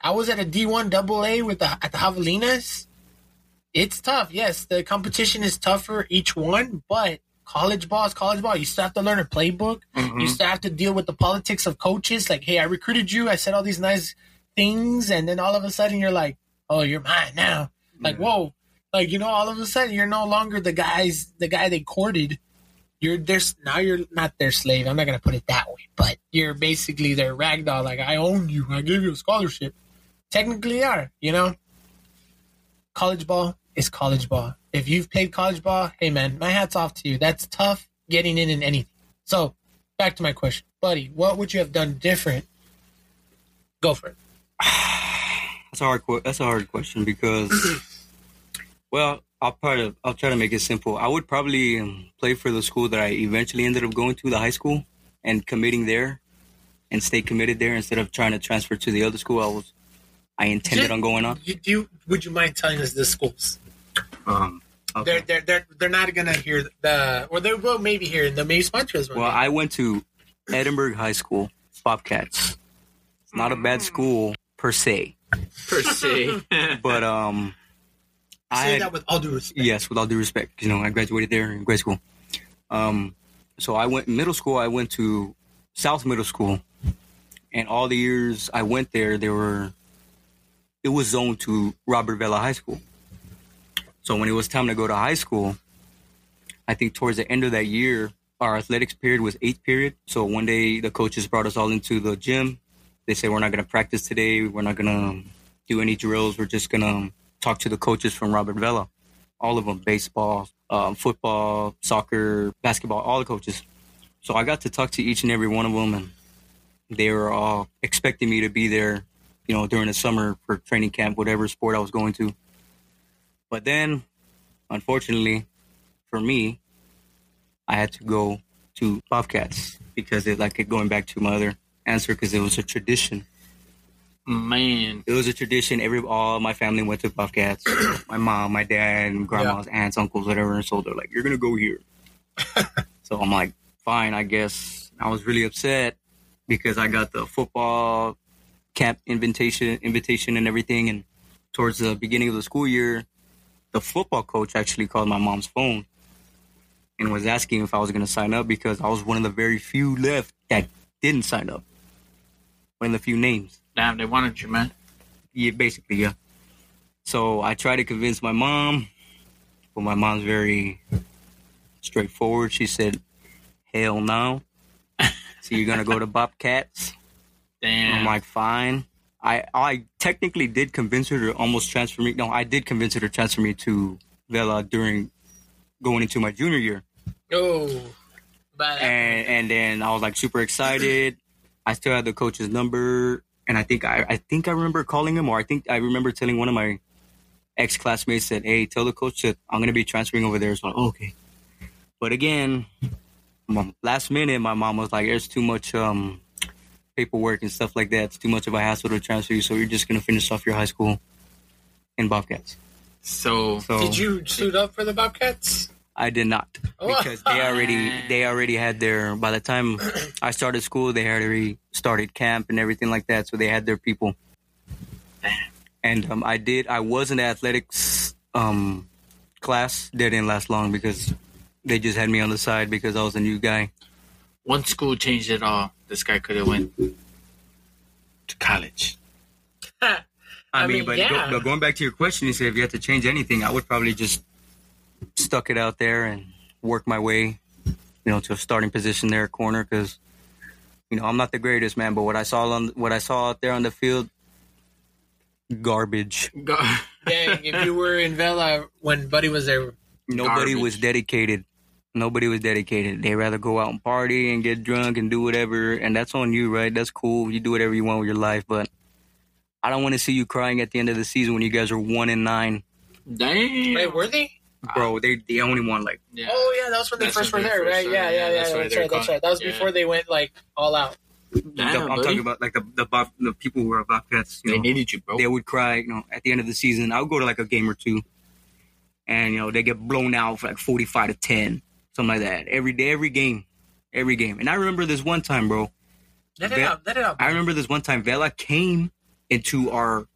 I was at a D1 double A with the, at the Javelinas. It's tough. Yes, the competition is tougher each one, but college ball is college ball. You still have to learn a playbook. You still have to deal with the politics of coaches. Like, hey, I recruited you. I said all these nice things, and then all of a sudden you're like, oh, you're mine now. Like, whoa. Like you know, all of a sudden you're no longer the guys, the guy they courted. You're there's now you're not their slave. I'm not gonna put it that way, but you're basically their ragdoll. Like I own you. I gave you a scholarship. Technically, you are you know college ball is college ball. If you've played college ball, hey man, my hat's off to you. That's tough getting in in anything. So, back to my question, buddy. What would you have done different? Go for it. That's a hard. que- That's a hard question because, well, I'll probably I'll try to make it simple. I would probably um, play for the school that I eventually ended up going to, the high school, and committing there, and stay committed there instead of trying to transfer to the other school I was I intended on going on. You, do you, would you mind telling us the schools? Um, okay. They're they're they're, they're not gonna hear the or they will maybe hear and they may sponsor us. one Well, day. I went to Edinburgh High School, Bobcats. It's not a Mm. bad school per se, Per se. but um, I say had- that with all due respect. Yes, with all due respect, you know, I graduated there in grade school. Um, so I went middle school. I went to South Middle School, and all the years I went there, there were it was zoned to Robert Vela High School. So when it was time to go to high school, I think towards the end of that year, our athletics period was eighth period. So one day the coaches brought us all into the gym. They said we're not going to practice today. We're not going to do any drills. We're just going to talk to the coaches from Robert Vela all of them baseball, um, football, soccer, basketball, all the coaches. So I got to talk to each and every one of them, and they were all expecting me to be there, you know, during the summer for training camp, whatever sport I was going to. But then, unfortunately, for me, I had to go to Bobcats because it, like going back to my other answer, because it was a tradition man. it was a tradition. Every all my family went to Bobcats. my mom, my dad, and grandma's aunts, uncles, whatever. And so they're like, "You're gonna go here." so I'm like, "Fine, I guess." I was really upset because I got the football camp invitation, invitation, and everything. And towards the beginning of the school year, the football coach actually called my mom's phone and was asking if I was gonna sign up because I was one of the very few left that didn't sign up. One of the few names Damn, they wanted you, man. yeah, basically, yeah. So I tried to convince my mom, but my mom's very straightforward. She said, "Hell no." so you're gonna go to Bobcats? Damn. I'm like, fine. I I technically did convince her to almost transfer me. No, I did convince her to transfer me to Vela during going into my junior year, Oh, but and and then I was like super excited. I still had the coach's number, and I think I I think I remember calling him, or I think I remember telling one of my ex classmates that, hey, tell the coach that I'm gonna be transferring over there. So I'm like, oh, okay. But again, my- last minute, my mom was like, "There's too much um, paperwork and stuff like that. It's too much of a hassle to transfer you, so you're just gonna finish off your high school in Bobcats." So So did you suit up for the Bobcats? I did not because they already they already had their. By the time I started school, they had already started camp and everything like that, so they had their people. And um, I did. I was in the athletics um, class. That didn't last long because they just had me on the side because I was a new guy. one school changed it all. This guy could have went to college. I, I mean, mean, but, yeah. go, but going back to your question, you said if you had to change anything, I would probably just stuck it out there and work my way, you know, to a starting position there, at corner, because you know I'm not the greatest man, but what I saw on what I saw out there on the field, garbage. Go- Dang, if you were in Vela when Buddy was there, Nobody Garbage. was dedicated. Nobody was dedicated. They rather go out and party and get drunk and do whatever, and that's on you, right? That's cool. You do whatever you want with your life, but I don't want to see you crying at the end of the season when you guys are one and nine. Damn. right? Were they? bro. They they only won like yeah. Oh yeah, that was when they That's first were when they there, first right? started, Yeah, yeah, yeah, yeah. that's That's, why they're right. That's called- right. That was yeah. before they went like all out. the- Damn, I'm buddy. talking about like the the Bob, the people who are Bobcats. You They know, needed you, bro. they would cry. You know, at the end of the season, I would go to like a game or two, and you know they get blown out for like forty five to ten, something like that. Every day, every game, every game. And I remember this one time, bro. Let it Ve- out. Let it out. I remember this one time Vela came into our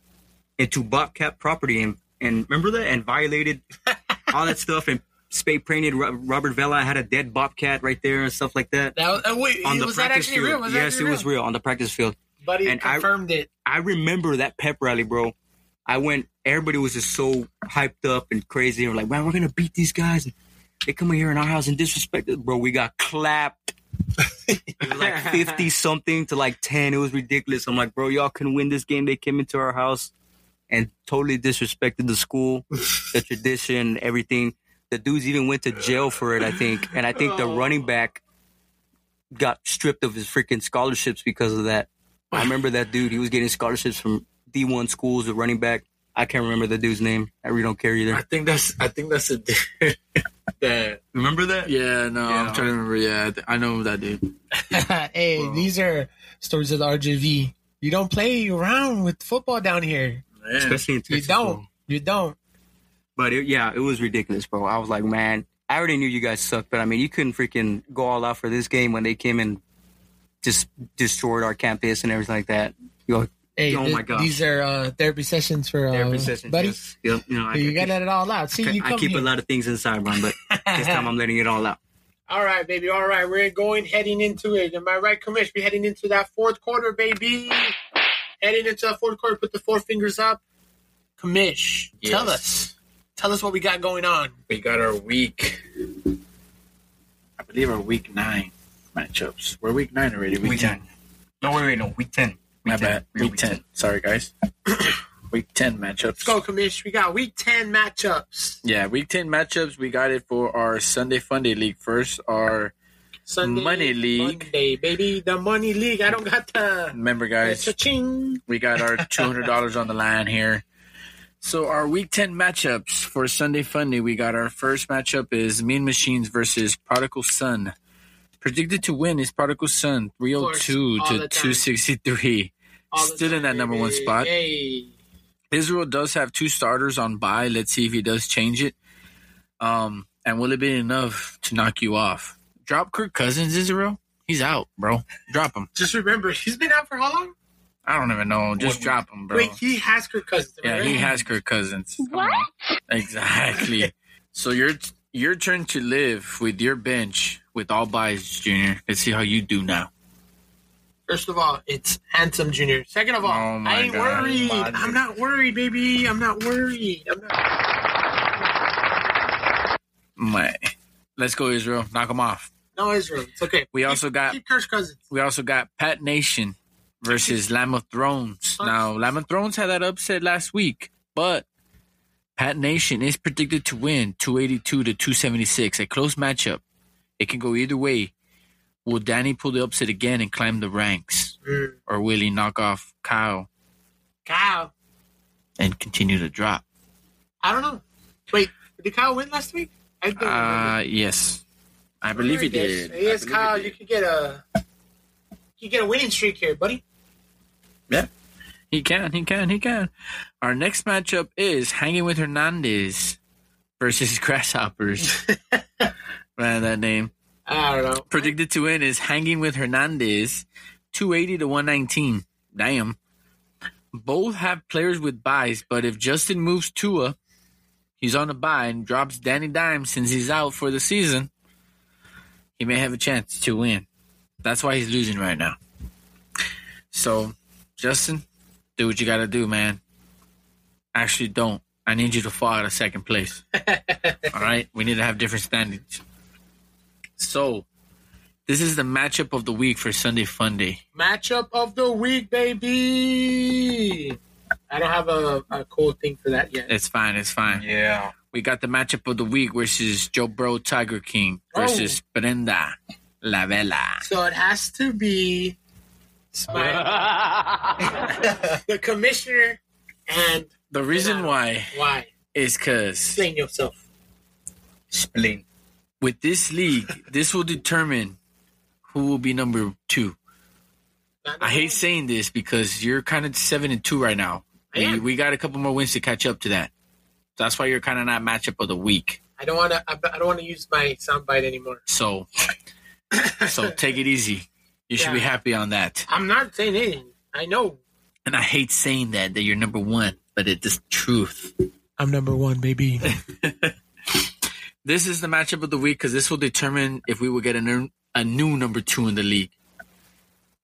into Bobcat property and and remember that and violated all that stuff and spay painted Ro- Robert Vela had a dead Bobcat right there and stuff like that. That was, uh, wait, on the was that practice actually field, real? Was that yes, actually it was real on the practice field. Buddy And I- confirmed it. I remember that pep rally, bro. I went. Everybody was just so hyped up and crazy. They were like, "Man, we're gonna beat these guys." They come in here in our house and disrespect us, bro. We got clapped. it was like fifty something to like ten. It was ridiculous. I'm like, bro, y'all can win this game. They came into our house and totally disrespected the school, the tradition, everything. The dudes even went to jail for it, I think. And I think the running back got stripped of his freaking scholarships because of that. I remember that dude. He was getting scholarships from D1 schools, the running back. I can't remember the dude's name. I really don't care I either. think that's I think that's a that Remember that? yeah no Yeah. I'm trying to remember yeah I, th- I know that dude hey, these are stories of the RJV. You don't play around with football down here. Man. Especially in You Texas. don't. bro. You don't. But it, yeah, it was ridiculous, bro. I was like, man, I already knew you guys sucked, but I mean, you couldn't freaking go all out for this game when they came and just destroyed our campus and everything like that. Um, You Hey, Oh th- my gosh. these are uh, therapy sessions for uh, Therapy sessions, Buddy. yes. Yep, you know, I, You I got keep- to let it all out. See, you I come keep here. a lot of things inside, Ron, but this time I'm letting it all out. All right, baby. All right, we're going heading into it. Am I right, Commish? We're heading into that fourth quarter, baby. Heading into the fourth quarter. Put the four fingers up. Commish, Yes. tell us. Tell us what we got going on. we got our week I believe our week nine matchups we're week nine already week, Week nine. No, wait, wait, no, week 10. my bad week ten sorry guys week ten matchups Let's go, Commish. We got week ten matchups. Yeah, week 10 matchups, we got it for our Sunday Funday League. First, our Sunday, Money League. Monday, baby. The money league. I don't got the. remember, guys, Cha-ching. we got our $200 on the line here. So, our week 10 matchups for Sunday Funday, we got our first matchup is Mean Machines versus Prodigal Son. Predicted to win is Prodigal Son, 302 Of course, to all the time. 263. All the Still in that number one baby. spot. Hey. Israel does have two starters on bye. Let's see if he does change it. Um, and will it be enough to knock you off? Drop Kirk Cousins, Israel. He's out, bro. Drop him. Just remember, he's been out for how long? I don't even know. Just What- drop him, bro. Wait, he has Kirk Cousins. am I yeah, he right? has Kirk Cousins. What? Exactly. so your your turn to live with your bench with all buys, Junior. Let's see how you do now. First of all, it's Handsome Jr. Second of all, Oh my I ain't God. worried. Logic. I'm not worried, baby. I'm not worried. I'm not. My, let's go, Israel. Knock them off. No, Israel. It's okay. We also got Keep Kirk Cousins. we also got Pat Nation versus Lamb of Thrones. Now, Lamb of Thrones had that upset last week, but Pat Nation is predicted to win 282 to 276, a close matchup. It can go either way. Will Danny pull the upset again and climb the ranks, Mm. or will he knock off Kyle Kyle. and continue to drop? I don't know. Wait, did Kyle win last week? I don't remember. Uh, yes, I believe he Yes, did. Yes, Kyle, you could get a you could get a winning streak here, buddy. He can, he can, he can. Our next matchup is Hanging with Hernandez versus Grasshoppers. Man, that name. I don't know. Predicted to win is Hanging with Hernandez, 280 to 119. Damn. Both have players with buys, but if Justin moves Tua, he's on a buy and drops Danny Dimes since he's out for the season, he may have a chance to win. That's why he's losing right now. So, Justin, do what you gotta do, man. Actually, don't. I need you to fall out of second place. All right? We need to have different standings. So, this is the matchup of the week for Sunday Fun Day. Matchup of the week, baby. I don't have a, a cool thing for that yet. It's fine, it's fine. Yeah. We got the matchup of the week versus Joe Bro Tiger King versus Brenda La Vela. So it has to be my, the commissioner and The reason why why. is because Explain yourself. Explain. with this league, this will determine who will be number two. I Mm-hmm. hate saying this because you're kind of seven and two right now. I am. We, we got a couple more wins to catch up to that. That's why you're kind of not matchup of the week. I don't want to. I I don't want to use my soundbite anymore. So, so take it easy. You should be Yeah. happy on that. I'm not saying anything. I know. And I hate saying that that you're number one, but it is truth. I'm number one, baby. This is the matchup of the week because this will determine if we will get a new, a new number two in the league.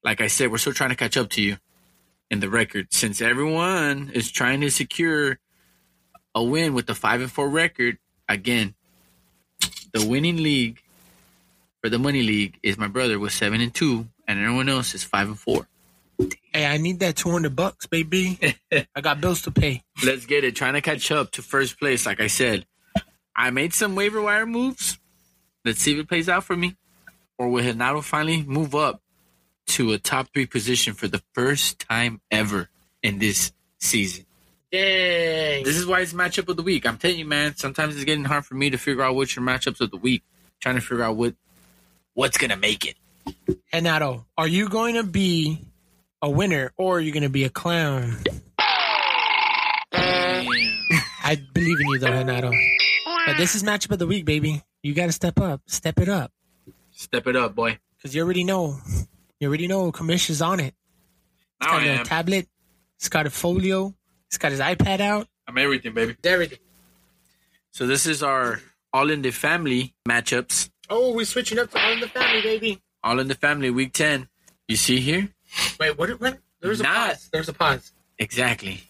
Like I said, we're still trying to catch up to you in the record since everyone is trying to secure a win with the five and four record. Again, the winning league for the money league is my brother with seven and two, and everyone else is five and four. Hey, I need that 200 bucks, baby. I got bills to pay. Let's get it. Trying to catch up to first place. Like I said, I made some waiver wire moves. Let's see if it plays out for me. Or will Hinata finally move up to a top three position for the first time ever in this season? Dang. This is why it's matchup of the week. I'm telling you, man, sometimes it's getting hard for me to figure out what's your matchups of the week. Trying to figure out what what's gonna make it. Henato, are you going to be a winner or are you going to be a clown? I believe in you, though, Henato. But this is matchup of the week, baby. You got to step up. Step it up. Step it up, boy. Because you already know. You already know Commission's on it. He's Now got I a little am. tablet. He's got a folio. He's got his iPad out. I'm everything, baby. Everything. So this is our all in the family matchups. Oh, we're switching up to All in the Family, baby. All in the Family, Week 10. You see here? Wait, what? what? There was a Not- pause. There was a pause. Exactly.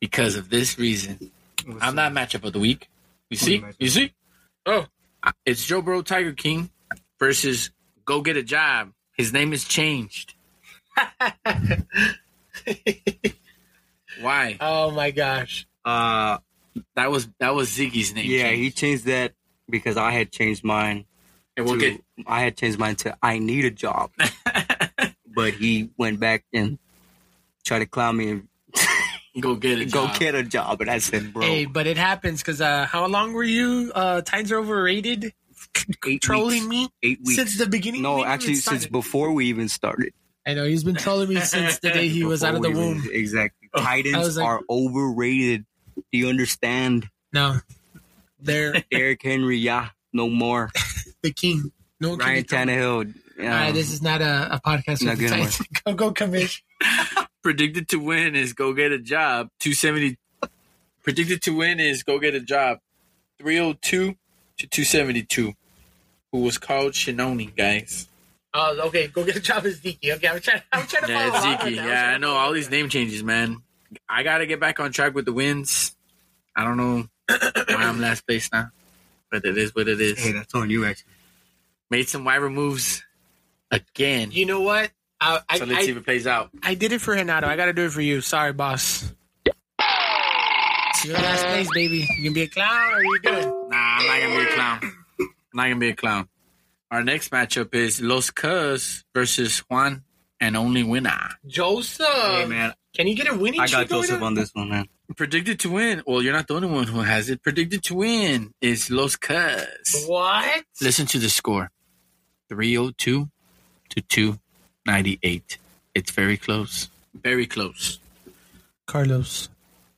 Because of this reason. I'm not matchup of the week. You see? You see? Oh, I- It's Joe Bro Tiger King versus Go Get a Job. His name is changed. Why? oh my gosh. Uh, That was that was Ziggy's name. yeah, changed. he changed that because I had changed mine. and we'll to- get I had changed mine to I need a job. but he went back and tried to clown me and go get a go job. get a job. And I said, bro, Hey, but it happens because uh, how long were you? Uh, times are overrated. eight Trolling me weeks, eight weeks. since the beginning. no, we even actually, since started. before we even started. I know he's been trolling me since the day he was Before out of the we even- womb. Oh, Exactly. I Titans was like- are overrated. Do you understand? No, they're Eric Henry, yeah, no more. the king. No one Ryan can be Tannehill. All Yeah. right, this is not a, a podcast. Not With the gonna Titans. go, go, commission. predicted to win is go get a job 270 predicted to win is go get a job 302 to 272 who was called shinoni guys Oh, okay. Go get a job as Zeke. Okay, I'm trying. I'm trying to Yeah, follow. it's along with Zeke. that. I'm Yeah, trying I to know follow all along these with that. name changes, man. I gotta get back on track with the wins. I don't know why I'm last place now, but it is what it Hey, is. that's on you, actually. Made some wire moves again. You know what? I, I, So let's see I, if it plays out. I did it for Renato. I got to do it for you. Sorry, boss. It's your last place, baby. You can be a clown or you good. Nah, I'm not gonna be a clown. I'm not gonna be a clown. Our next matchup is Los Cuz versus Juan and only winner. Joseph. Hey, man, Can Uh, you get a winning I got streak over Joseph there? on this one, man. Predicted to win. Well, you're not the only one who has it. Predicted to win is Los Cuz. What? Listen to the score 302 to 298. It's very close. Very close. Carlos,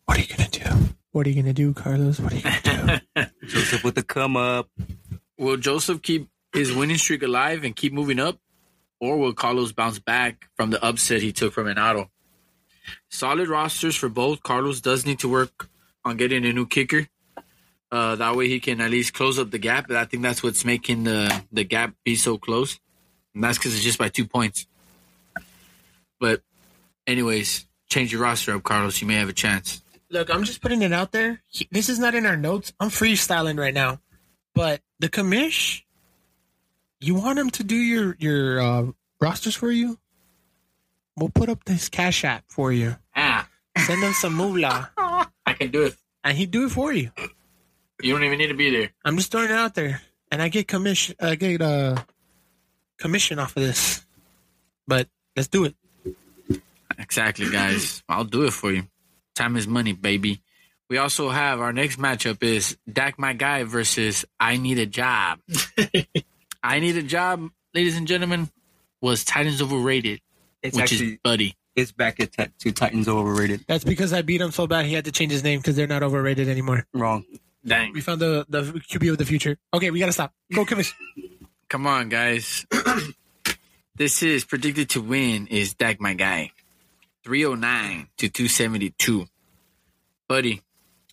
what are you going to do? What are you going to do, Carlos? What are you going to do? Joseph with the come up. Will Joseph keep his winning streak alive and keep moving up? Or will Carlos bounce back from the upset he took from Renato? Solid rosters for both. Carlos does need to work on getting a new kicker. Uh, that way he can at least close up the gap. And I think that's what's making the, the gap be so close. And that's because it's just by two points. But, anyways, change your roster up, Carlos. You may have a chance. Look, I'm just putting it out there. He- This is not in our notes. I'm freestyling right now. But the commish, you want him to do your, your uh, rosters for you? We'll put up this cash app for you. Ah, Send him some moolah, I can do it. and he'd do it for you. You don't even need to be there. I'm just throwing it out there, and I get commission. I get uh, commission off of this. But let's do it. Exactly, guys. I'll do it for you. Time is money, baby. We also have our next matchup is Dak My Guy versus I Need a Job. I Need a Job, ladies and gentlemen, was Titans overrated, It's which actually is Buddy. it's back at t- to Titans overrated. That's because I beat him so bad he had to change his name because they're not overrated anymore. Wrong. Dang. We found the the QB of the future. Okay, we gotta stop. Go commission. Come on, guys. this is predicted to win is Dak My Guy. 309 to 272. Buddy,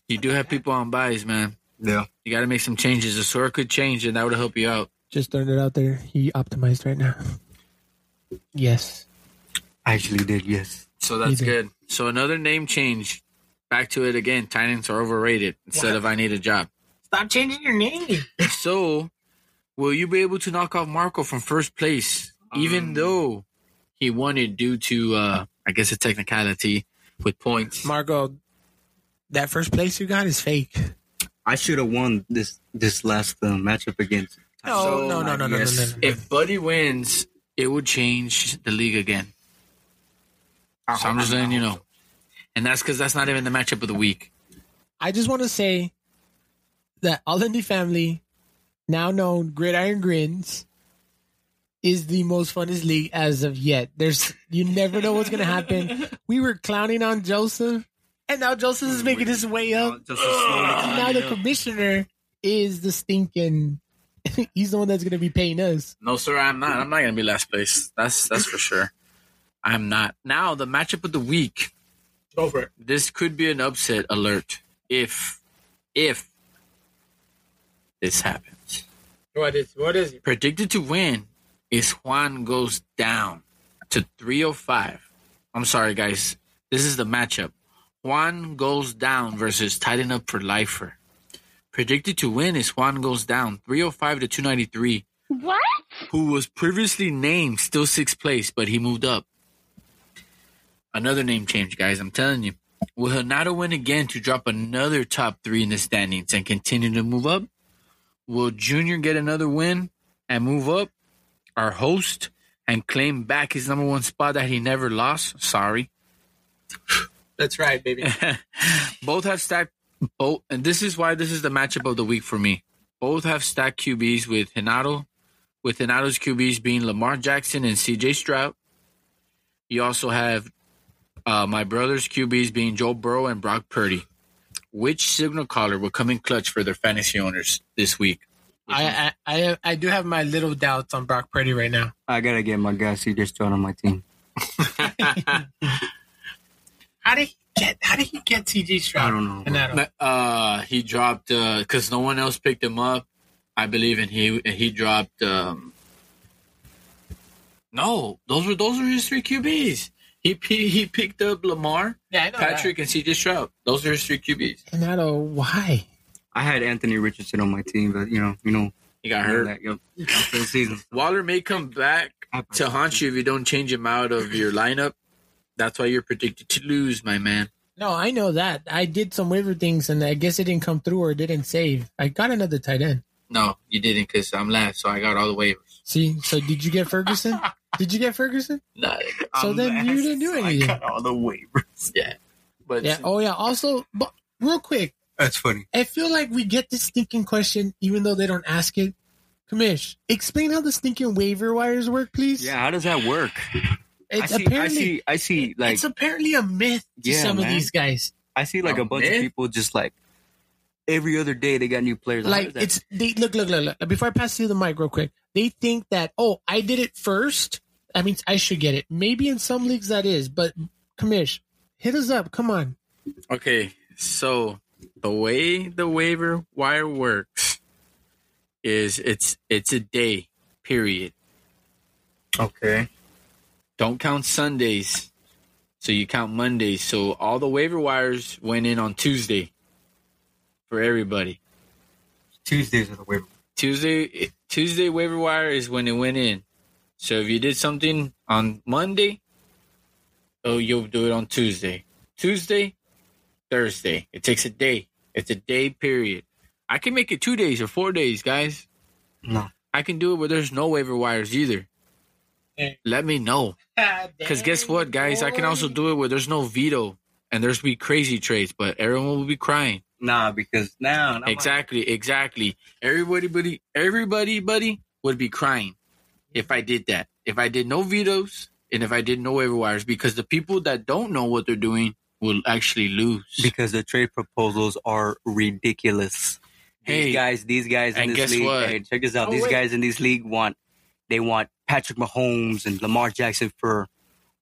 you do have people on buys, man. Yeah. You got to make some changes. The score could change, and that would help you out. Just throwing it out there. He optimized right now. Yes. I actually did, yes. So that's Either. good. So another name change. Back to it again. Titans are overrated instead of I need a job. Stop changing your name. So will you be able to knock off Marco from first place, Um, even though he won it due to, uh, I guess, a technicality with points? Margot, that first place you got is fake. I should have won this this last uh, matchup against. No, So, no, no, no, no, yes. no, no, no. if Buddy wins, it would change the league again. So I'm just letting you know. And that's because that's not even the matchup of the week. I just want to say that All in the Family, now known Gridiron Grins, is the most funnest league as of yet. There's you never know what's gonna happen. We were clowning on Joseph, and now Joseph is making his way up. Just a slow- And now the commissioner is the stinking. He's the one that's gonna be paying us. No, sir, I'm not. I'm not gonna be last place. That's that's for sure. I'm not. Now the matchup of the week. Go for it. this could be an upset alert if if this happens. What is what is it? Predicted to win is Juan goes down to 305. I'm sorry guys. This is the matchup. Juan goes down versus Tighten Up for Lifer. Predicted to win is Juan goes down 305 to 293, What? who was previously named still sixth place, but he moved up. Another name change, guys. I'm telling you. Will Hinata win again to drop another top three in the standings and continue to move up? Will Junior get another win and move up? Our host and claim back his number one spot that he never lost. Sorry. That's right, baby. Both have stacked both, and this is why this is the matchup of the week for me. Both have stacked QBs with Hinato, with Hinato's QBs being Lamar Jackson and CJ Stroud. You also have uh, my brother's QBs being Joe Burrow and Brock Purdy. Which signal caller will come in clutch for their fantasy owners this week? I, I I I do have my little doubts on Brock Purdy right now. I gotta get my guy CJ Stroud on my team. How did he get? How did he get TJ Stroud? I don't know, And bro. I don't- Uh, he dropped because no one else picked him up, I believe, and he and he dropped um, No, those were those were his three QBs. He he, he picked up Lamar, Yeah, I know Patrick, and CJ Stroud. Those are his three QBs. That. Not a why. I had Anthony Richardson on my team, but you know, you know, He got hurt. that, yep, after the season. Waller may come back to haunt you if you don't change him out of your lineup. That's why you're predicted to lose, my man. No, I know that. I did some waiver things, and I guess it didn't come through or it didn't save. I got another tight end. No, you didn't, cause I'm last, so I got all the waivers. See, so did you get Ferguson? did you get Ferguson? Nah, So I'm then you didn't do so I anything. got all the waivers. yeah, but Yeah. Oh yeah. Also, but real quick, That's funny. I feel like we get this stinking question, even though they don't ask it. Kamish, explain how the stinking waiver wires work, please. Yeah, how does that work? It's I see, apparently I see, I see, like, it's apparently a myth to Yeah, some of man. these guys. I see, like, Oh, a bunch man. of people just like every other day they got new players. How Like is that? it's they look, look, look, look. Before I pass you the mic, real quick, they think that oh, I did it first. That means I should get it. Maybe in some leagues that is, but Kamish, hit us up. Come on. Okay, so the way the waiver wire works is it's it's a day period. okay. Don't count Sundays. So you count Mondays. So all the waiver wires went in on Tuesday for everybody. Tuesdays are the waiver. Tuesday Tuesday waiver wire is when it went in. So if you did something on Monday, oh you'll do it on Tuesday. Tuesday, Thursday. It takes a day. It's a day period. I can make it two days or four days, guys. No. I can do it where there's no waiver wires either. Yeah. Let me know. Because guess what, guys? I can also do it where there's no veto and there's be crazy trades, but everyone will be crying. Nah, because now nah, Exactly, exactly. Everybody, buddy, everybody, buddy would be crying if I did that. If I did no vetoes and if I did no waiver wires, because the people that don't know what they're doing will actually lose. because the trade proposals are ridiculous. Hey, these guys, these guys in and this guess league. what? Hey, check this out. Oh, these wait. guys in this league want they want Patrick Mahomes and Lamar Jackson for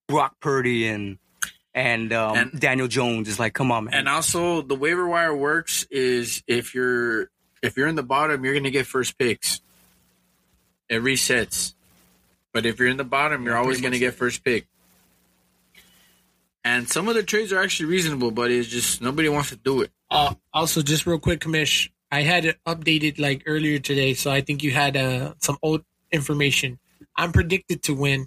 Brock Purdy and and, um, And- Daniel Jones. It's like, come on, man. and also the waiver wire works is if you're if you're in the bottom, you're gonna get first picks. It resets. But if you're in the bottom, you're always gonna get first pick. And some of the trades are actually reasonable, but it's just nobody wants to do it. Uh, also, just real quick, Kamish, I had it updated like earlier today, so I think you had uh, some old information. I'm predicted to win.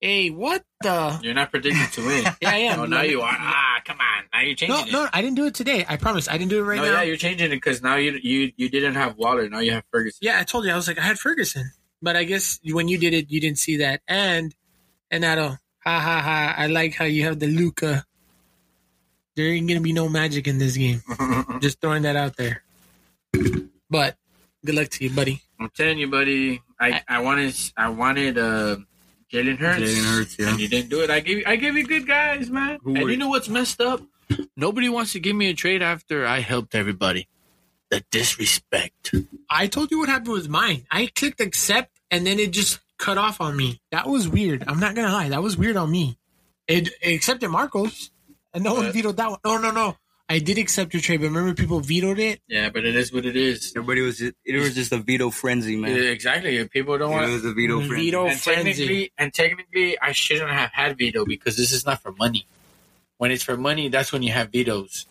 Hey, what the? You're not predicted to win. Yeah, I am. Oh, now you are. Ah, come on. Now you're changing No, it. no, I didn't do it today. I promise. I didn't do it right no, now. yeah, you're changing it because now you you you didn't have Waller. Now you have Ferguson. yeah, I told you. I was like, I had Ferguson, but I guess when you did it, you didn't see that. And and I don't. Ha ha ha! I like how you have the Luca. There ain't gonna be no magic in this game. Just throwing that out there. But good luck to you, buddy. I'm telling you, buddy. I, I wanted I wanted uh, Jalen Hurts. Jalen Hurts, yeah. And you didn't do it. I gave you I gave you good guys, man. Who and were- you know what's messed up? Nobody wants to give me a trade after I helped everybody. The disrespect. I told you what happened with mine. I clicked accept and then it just cut off on me. That was weird. I'm not gonna lie. That was weird on me. It, it accepted Marcos, and no one But- vetoed that one. No, no, no. I did accept your trade, but remember people vetoed it. Yeah, but it is what it is. Everybody was just, it was just a veto frenzy, Yeah, man. exactly. People don't want It was a veto frenzy. Veto and frenzy. technically, and technically, I shouldn't have had veto because this is not for money. When it's for money, that's when you have vetoes.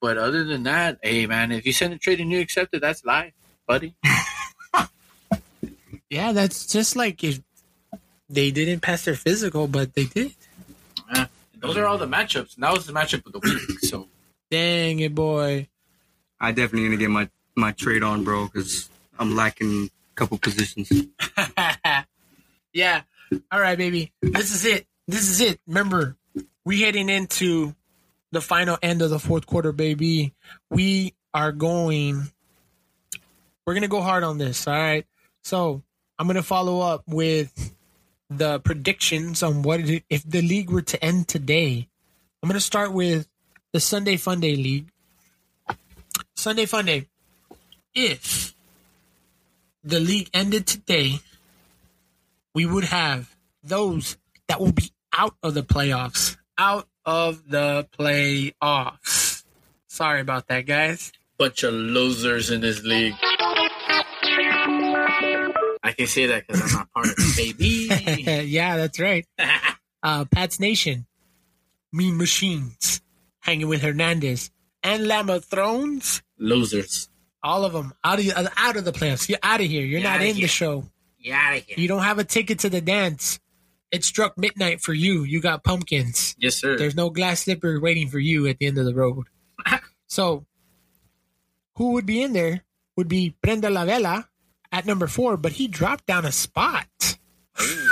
But other than that, hey man, if you send a trade and you accept it, that's life, buddy. Yeah, that's just like if they didn't pass their physical, but they did. Those are all the matchups. And that was the matchup of the week. So Dang it, boy. I definitely gonna get my my trade on, bro, because I'm lacking a couple positions. yeah. All right, baby. This is it. This is it. Remember, we heading into the final end of the fourth quarter, baby. We are going. We're gonna go hard on this. All right. So I'm gonna follow up with the predictions on what it, if the league were to end today. I'm gonna start with the Sunday Funday League. Sunday Funday. If the league ended today, we would have those that will be out of the playoffs. Out of the playoffs. Sorry about that, guys. bunch of losers in this league. I I can say that because I'm not part of the baby. Uh, yeah, that's right. Uh, Pat's Nation, Mean Machines, hanging with Hernandez, and Lamb of Thrones. Losers. All of them out of uh, out of the playoffs. You're out of here. You're You're not outta in the here. show. Get out of here. You don't have a ticket to the dance. It struck midnight for you. You got pumpkins. Yes, sir. There's no glass slipper waiting for you at the end of the road. so, who would be in there would be Brenda La Vela at number four, but he dropped down a spot.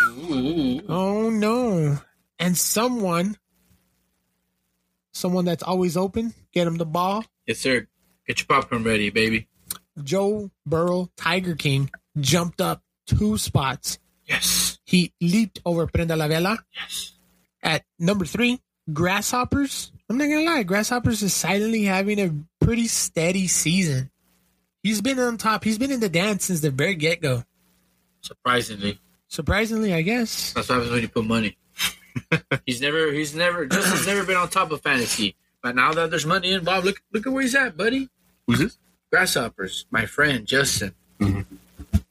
Oh no! And someone, someone that's always open, get him the ball. Yes, sir. Get your popcorn ready, baby. Joe Burrow, Tiger King, jumped up two spots. Yes. He leaped over Prenda la Vela. At number three, Grasshoppers. I'm not gonna lie, Grasshoppers is silently having a pretty steady season. He's been on top. He's been in the dance since the very get go. Surprisingly, Surprisingly, I guess. that's what happens when you put money. he's never, he's never, Justin's never been on top of fantasy. But now that there's money involved, look, look at where he's at, buddy. Who's this? Grasshoppers, my friend Justin.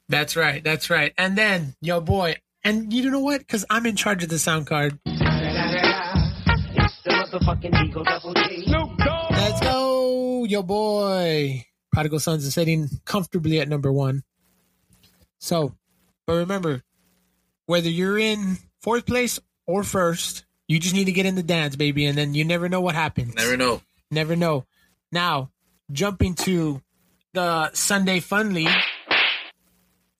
That's right. That's right. And then yo boy, and you know what? Because I'm in charge of the sound card. It's the motherfucking Eagle Double G. Let's go, yo boy. Prodigal Sons is sitting comfortably at number one. So, but remember, whether you're in fourth place or first, you just need to get in the dance, baby, and then you never know what happens. Never know. Never know. Now, jumping to the Sunday Fun League.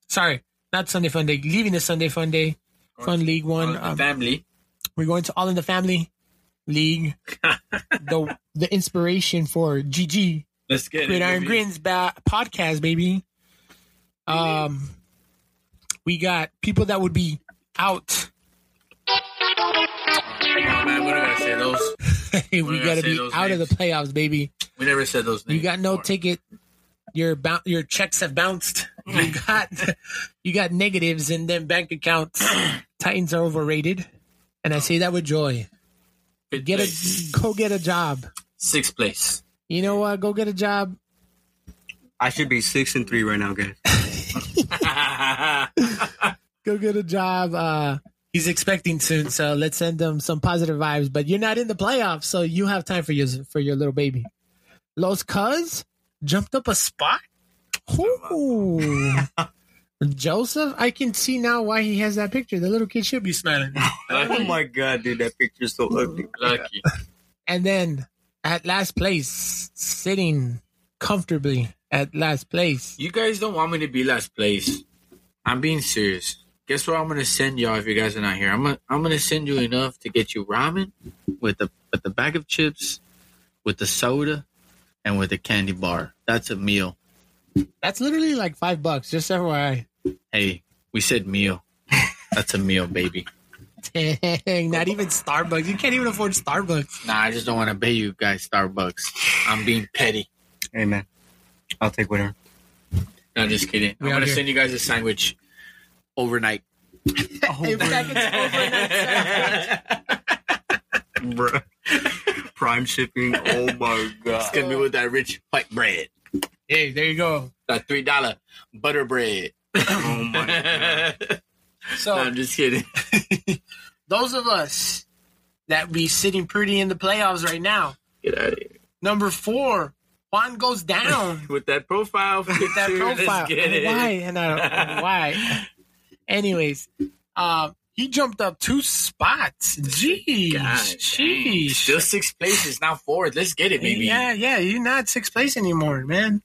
Sorry, not Sunday Fun League. Leaving the Sunday Fun Day Fun League one. Uh, the um, family. we're going to All in the Family League. the the inspiration for GG Let's get Great it. Iron baby. Grins ba- podcast, baby. Um, we got people that would be out. Oh, man, we gotta say those. we I got to say be those out of names? the playoffs, baby. We never said those names. You got no before. ticket. Your bou- your checks have bounced. You Mm. got you got negatives in them bank accounts. Titans are overrated, and I say that with joy. Fifth Get place. a go get a job. sixth place. You know what? Go get a job. I should be six and three right now, guys. go get a job. Uh, he's expecting soon, so let's send him some positive vibes. But you're not in the playoffs, so you have time for your for your little baby. Los Cuz jumped up a spot. Ooh. Joseph, I can see now why he has that picture. The little kid should be smiling. Oh my god, dude, that picture's so ugly. Lucky. And then at last place, sitting comfortably at last place. You guys don't want me to be last place. I'm being serious. Guess what? I'm gonna send y'all if you guys are not here. I'm gonna I'm gonna send you enough to get you ramen with the with the bag of chips, with the soda, and with the candy bar. That's a meal. That's literally like five bucks, just FYI. Hey, we said meal. That's a meal, baby. Dang, not even Starbucks. You can't even afford Starbucks. Nah, I just don't want to pay you guys Starbucks. I'm being petty. Hey man, I'll take whatever. No, just kidding. We I'm out gonna here. send you guys a sandwich overnight. uh, Bruh. Prime shipping. Oh my It's god. gonna be with that rich white bread, Hey, there you go. that three dollar butter bread. Oh my god. So I'm just kidding. those of us that be sitting pretty in the playoffs right now, Get out of here. number four, Juan goes down With that profile picture, with that profile. Let's get it. Why and I, why? Anyways, um, he jumped up two spots. Jeez, God, jeez. Still six places, now fourth. Let's get it, baby. Yeah, yeah, you're not sixth place anymore, man.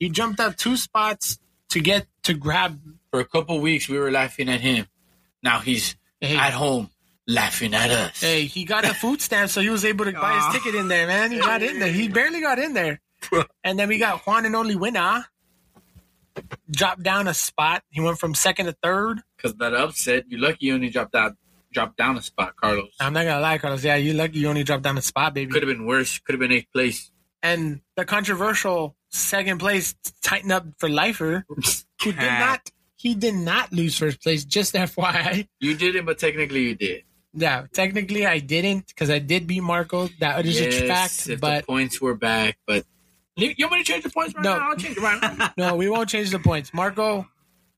You jumped up two spots to get to grab. For a couple weeks, we were laughing at him. Now he's Hey. at home laughing at us. Hey, he got the food stamp, so he was able to buy Aw. his ticket in there, man. He got in there. He barely got in there. And then we got Juan and only winner. Dropped down a spot. He went from second to third. Because that upset, you're lucky you only dropped out, dropped down a spot, Carlos. I'm not gonna lie, Carlos. Yeah, you lucky you only dropped down a spot, baby. Could have been worse. Could have been eighth place. And the controversial second place tighten up for lifer, who did not he did not lose first place, just FYI. You didn't, but technically you did. Yeah, technically I didn't because I did beat Marco. That is a fact. if But the points were back, but you, you want me to change the points right No. now? I'll change it right now. No, we won't change the points. Marco,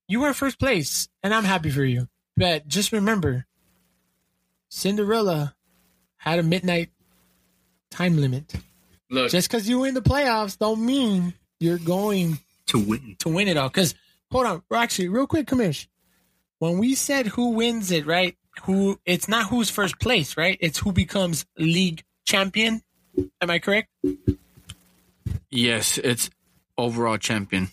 you were first place, and I'm happy for you. But just remember, Cinderella had a midnight time limit. Look, Just because you win the playoffs don't mean you're going to win. to win it all. Because hold on, well, actually, real quick, Kamish, when we said who wins it, right? Who it's not who's first place, right? It's who becomes league champion. Am I correct? yes, it's overall champion.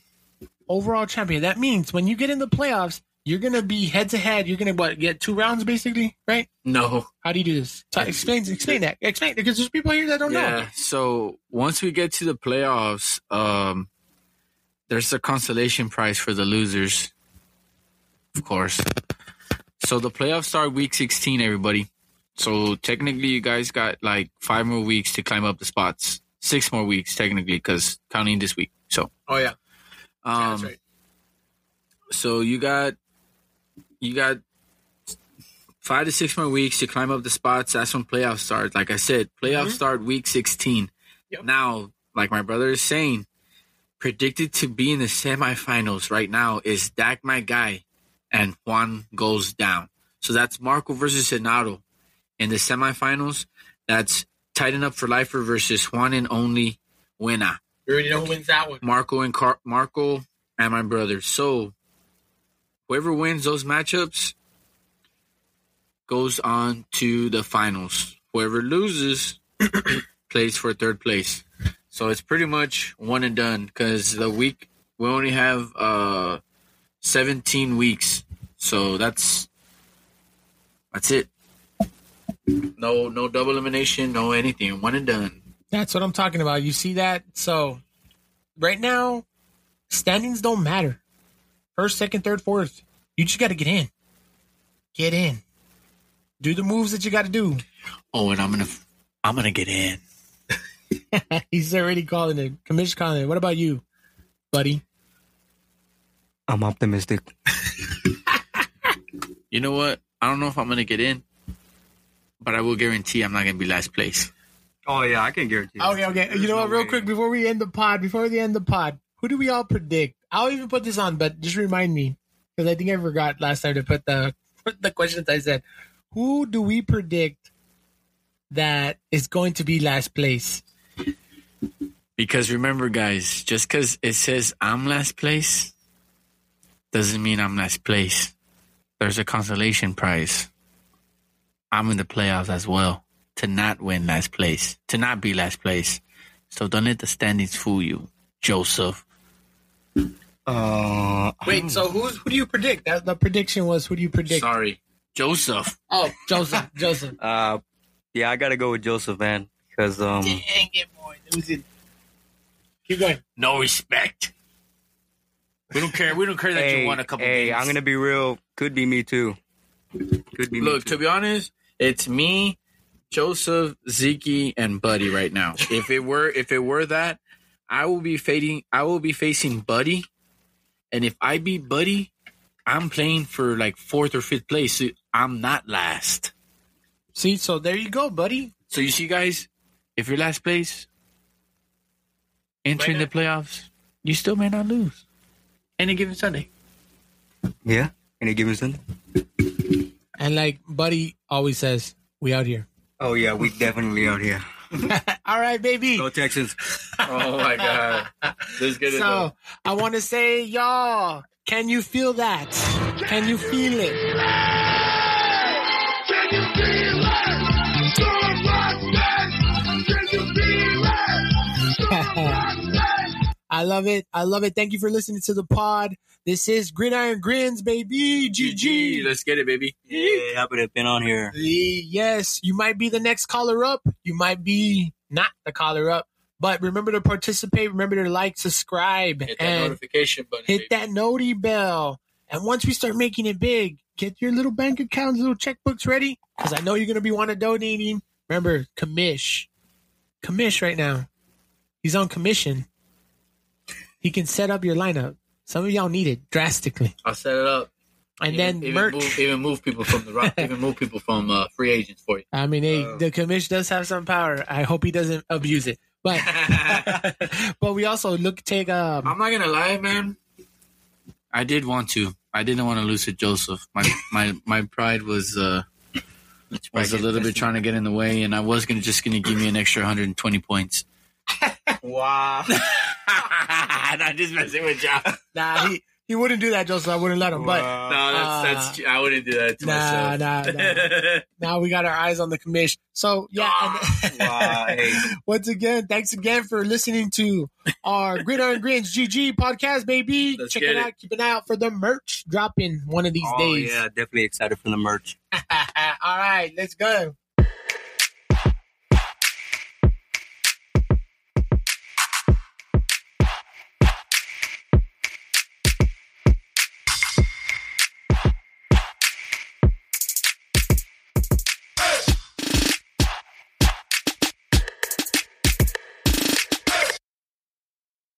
Overall champion. That means when you get in the playoffs, you're gonna be head to head. You're gonna what get two rounds basically, right? No, How do you do this? So explain, explain that. Explain because there's people here that don't know. yeah. So once we get to the playoffs, um, there's a consolation prize for the losers, of course. So the playoffs start week 16, everybody. So technically, you guys got like five more weeks to climb up the spots. Six more weeks, technically, because counting this week. So, Oh yeah, um, that's right. so you got you got five to six more weeks to climb up the spots that's when playoffs start like i said playoffs start week 16 Mm-hmm. Yep. now like my brother is saying predicted to be in the semifinals right now is Dak my guy and juan goes down so that's marco versus Senado. in the semifinals that's tighten up for lifer versus juan and only winner You already know who wins that one. Marco and Car- Marco and my brother. So whoever wins those matchups goes on to the finals. Whoever loses plays for third place. So it's pretty much one and done because the week we only have uh, 17 weeks. So that's that's it. No, no double elimination, no anything. One and done. That's what I'm talking about. You see that? So right now, standings don't matter. First, second, third, fourth. You just got to get in. Get in. Do the moves that you got to do. Oh, and I'm gonna, I'm gonna get in. He's already calling it. Commission calling it. What about you, buddy? I'm optimistic. you know what? I don't know if I'm gonna get in, but I will guarantee I'm not gonna be last place. Oh yeah, I can guarantee. that. Okay, okay. There's you know no what? Real way. quick, before we end the pod, before we end the pod, who do we all predict? I'll even put this on, but just remind me because I think I forgot last time to put the put the questions I said. Who do we predict that is going to be last place? Because remember, guys, just because it says I'm last place doesn't mean I'm last place. There's a consolation prize. I'm in the playoffs as well to not win last place, to not be last place. So don't let the standings fool you, Joseph. Uh, Wait, so who's who do you predict? That the prediction was who do you predict? Sorry, Joseph. Oh, Joseph, Joseph. uh, yeah, I gotta go with Joseph Van because um, Dang it, boy, losing. Keep going. No respect. We don't care. We don't care that hey, you won a couple hey, games. I'm gonna be real. Could be me too. Could be Look, me to be honest, it's me, Joseph, Zeke, and Buddy right now. if it were if it were that, I will be fading I will be facing Buddy. And if I beat Buddy, I'm playing for like fourth or fifth place. So I'm not last. See, so there you go, buddy. So you see guys, if you're last place, entering the playoffs, you still may not lose. Any given Sunday. too. Yeah. Any given Sunday? And like Buddy always says, we out here. Oh yeah, we definitely out here. All right, baby. Go Texans. Oh my god. Let's get So I want to say, y'all, can you feel that? Can you feel it? Can you feel it? Storm Rock Man. Can you feel it? Storm Rock Man. I love it. I love it. Thank you for listening to the pod. This is Gridiron Grins, baby. GG. GG. Let's get it, baby. Yeah, happy to have been on here. Yes, you might be the next caller up. You might be not the caller up. But remember to participate. Remember to like, subscribe, Hit that and notification button. baby. hit that noti bell. And once we start making it big, get your little bank accounts, little checkbooks ready, because I know you're gonna be want to donating. Remember, commish, commish right now. He's on commission. He can set up your lineup. Some of y'all need it drastically, I'll set it up. and even, then even merch. move, even move people from the rock, even move people from uh, free agents for you. I mean, hey, the commish does have some power. I hope he doesn't abuse it. But but we also look take um I'm not gonna lie, man. I did want to. I didn't want to lose to Joseph. My my my pride was uh was a little bit trying to get in the way, and I was gonna just gonna give me an extra 120 points. Wow. I just messing with you. Nah, he, he wouldn't do that, Joseph. I wouldn't let him. But Wow. No, Uh, that's that's I wouldn't do that to nah, myself. nah, nah. now we got our eyes on the commission. So yeah. and- Wow, hey. Once again, thanks again for listening to our Gridiron Grins GG podcast, baby. Let's Check get it, it. out. Keep an eye out for the merch dropping one of these Oh days. yeah, definitely excited for the merch. All right, let's go.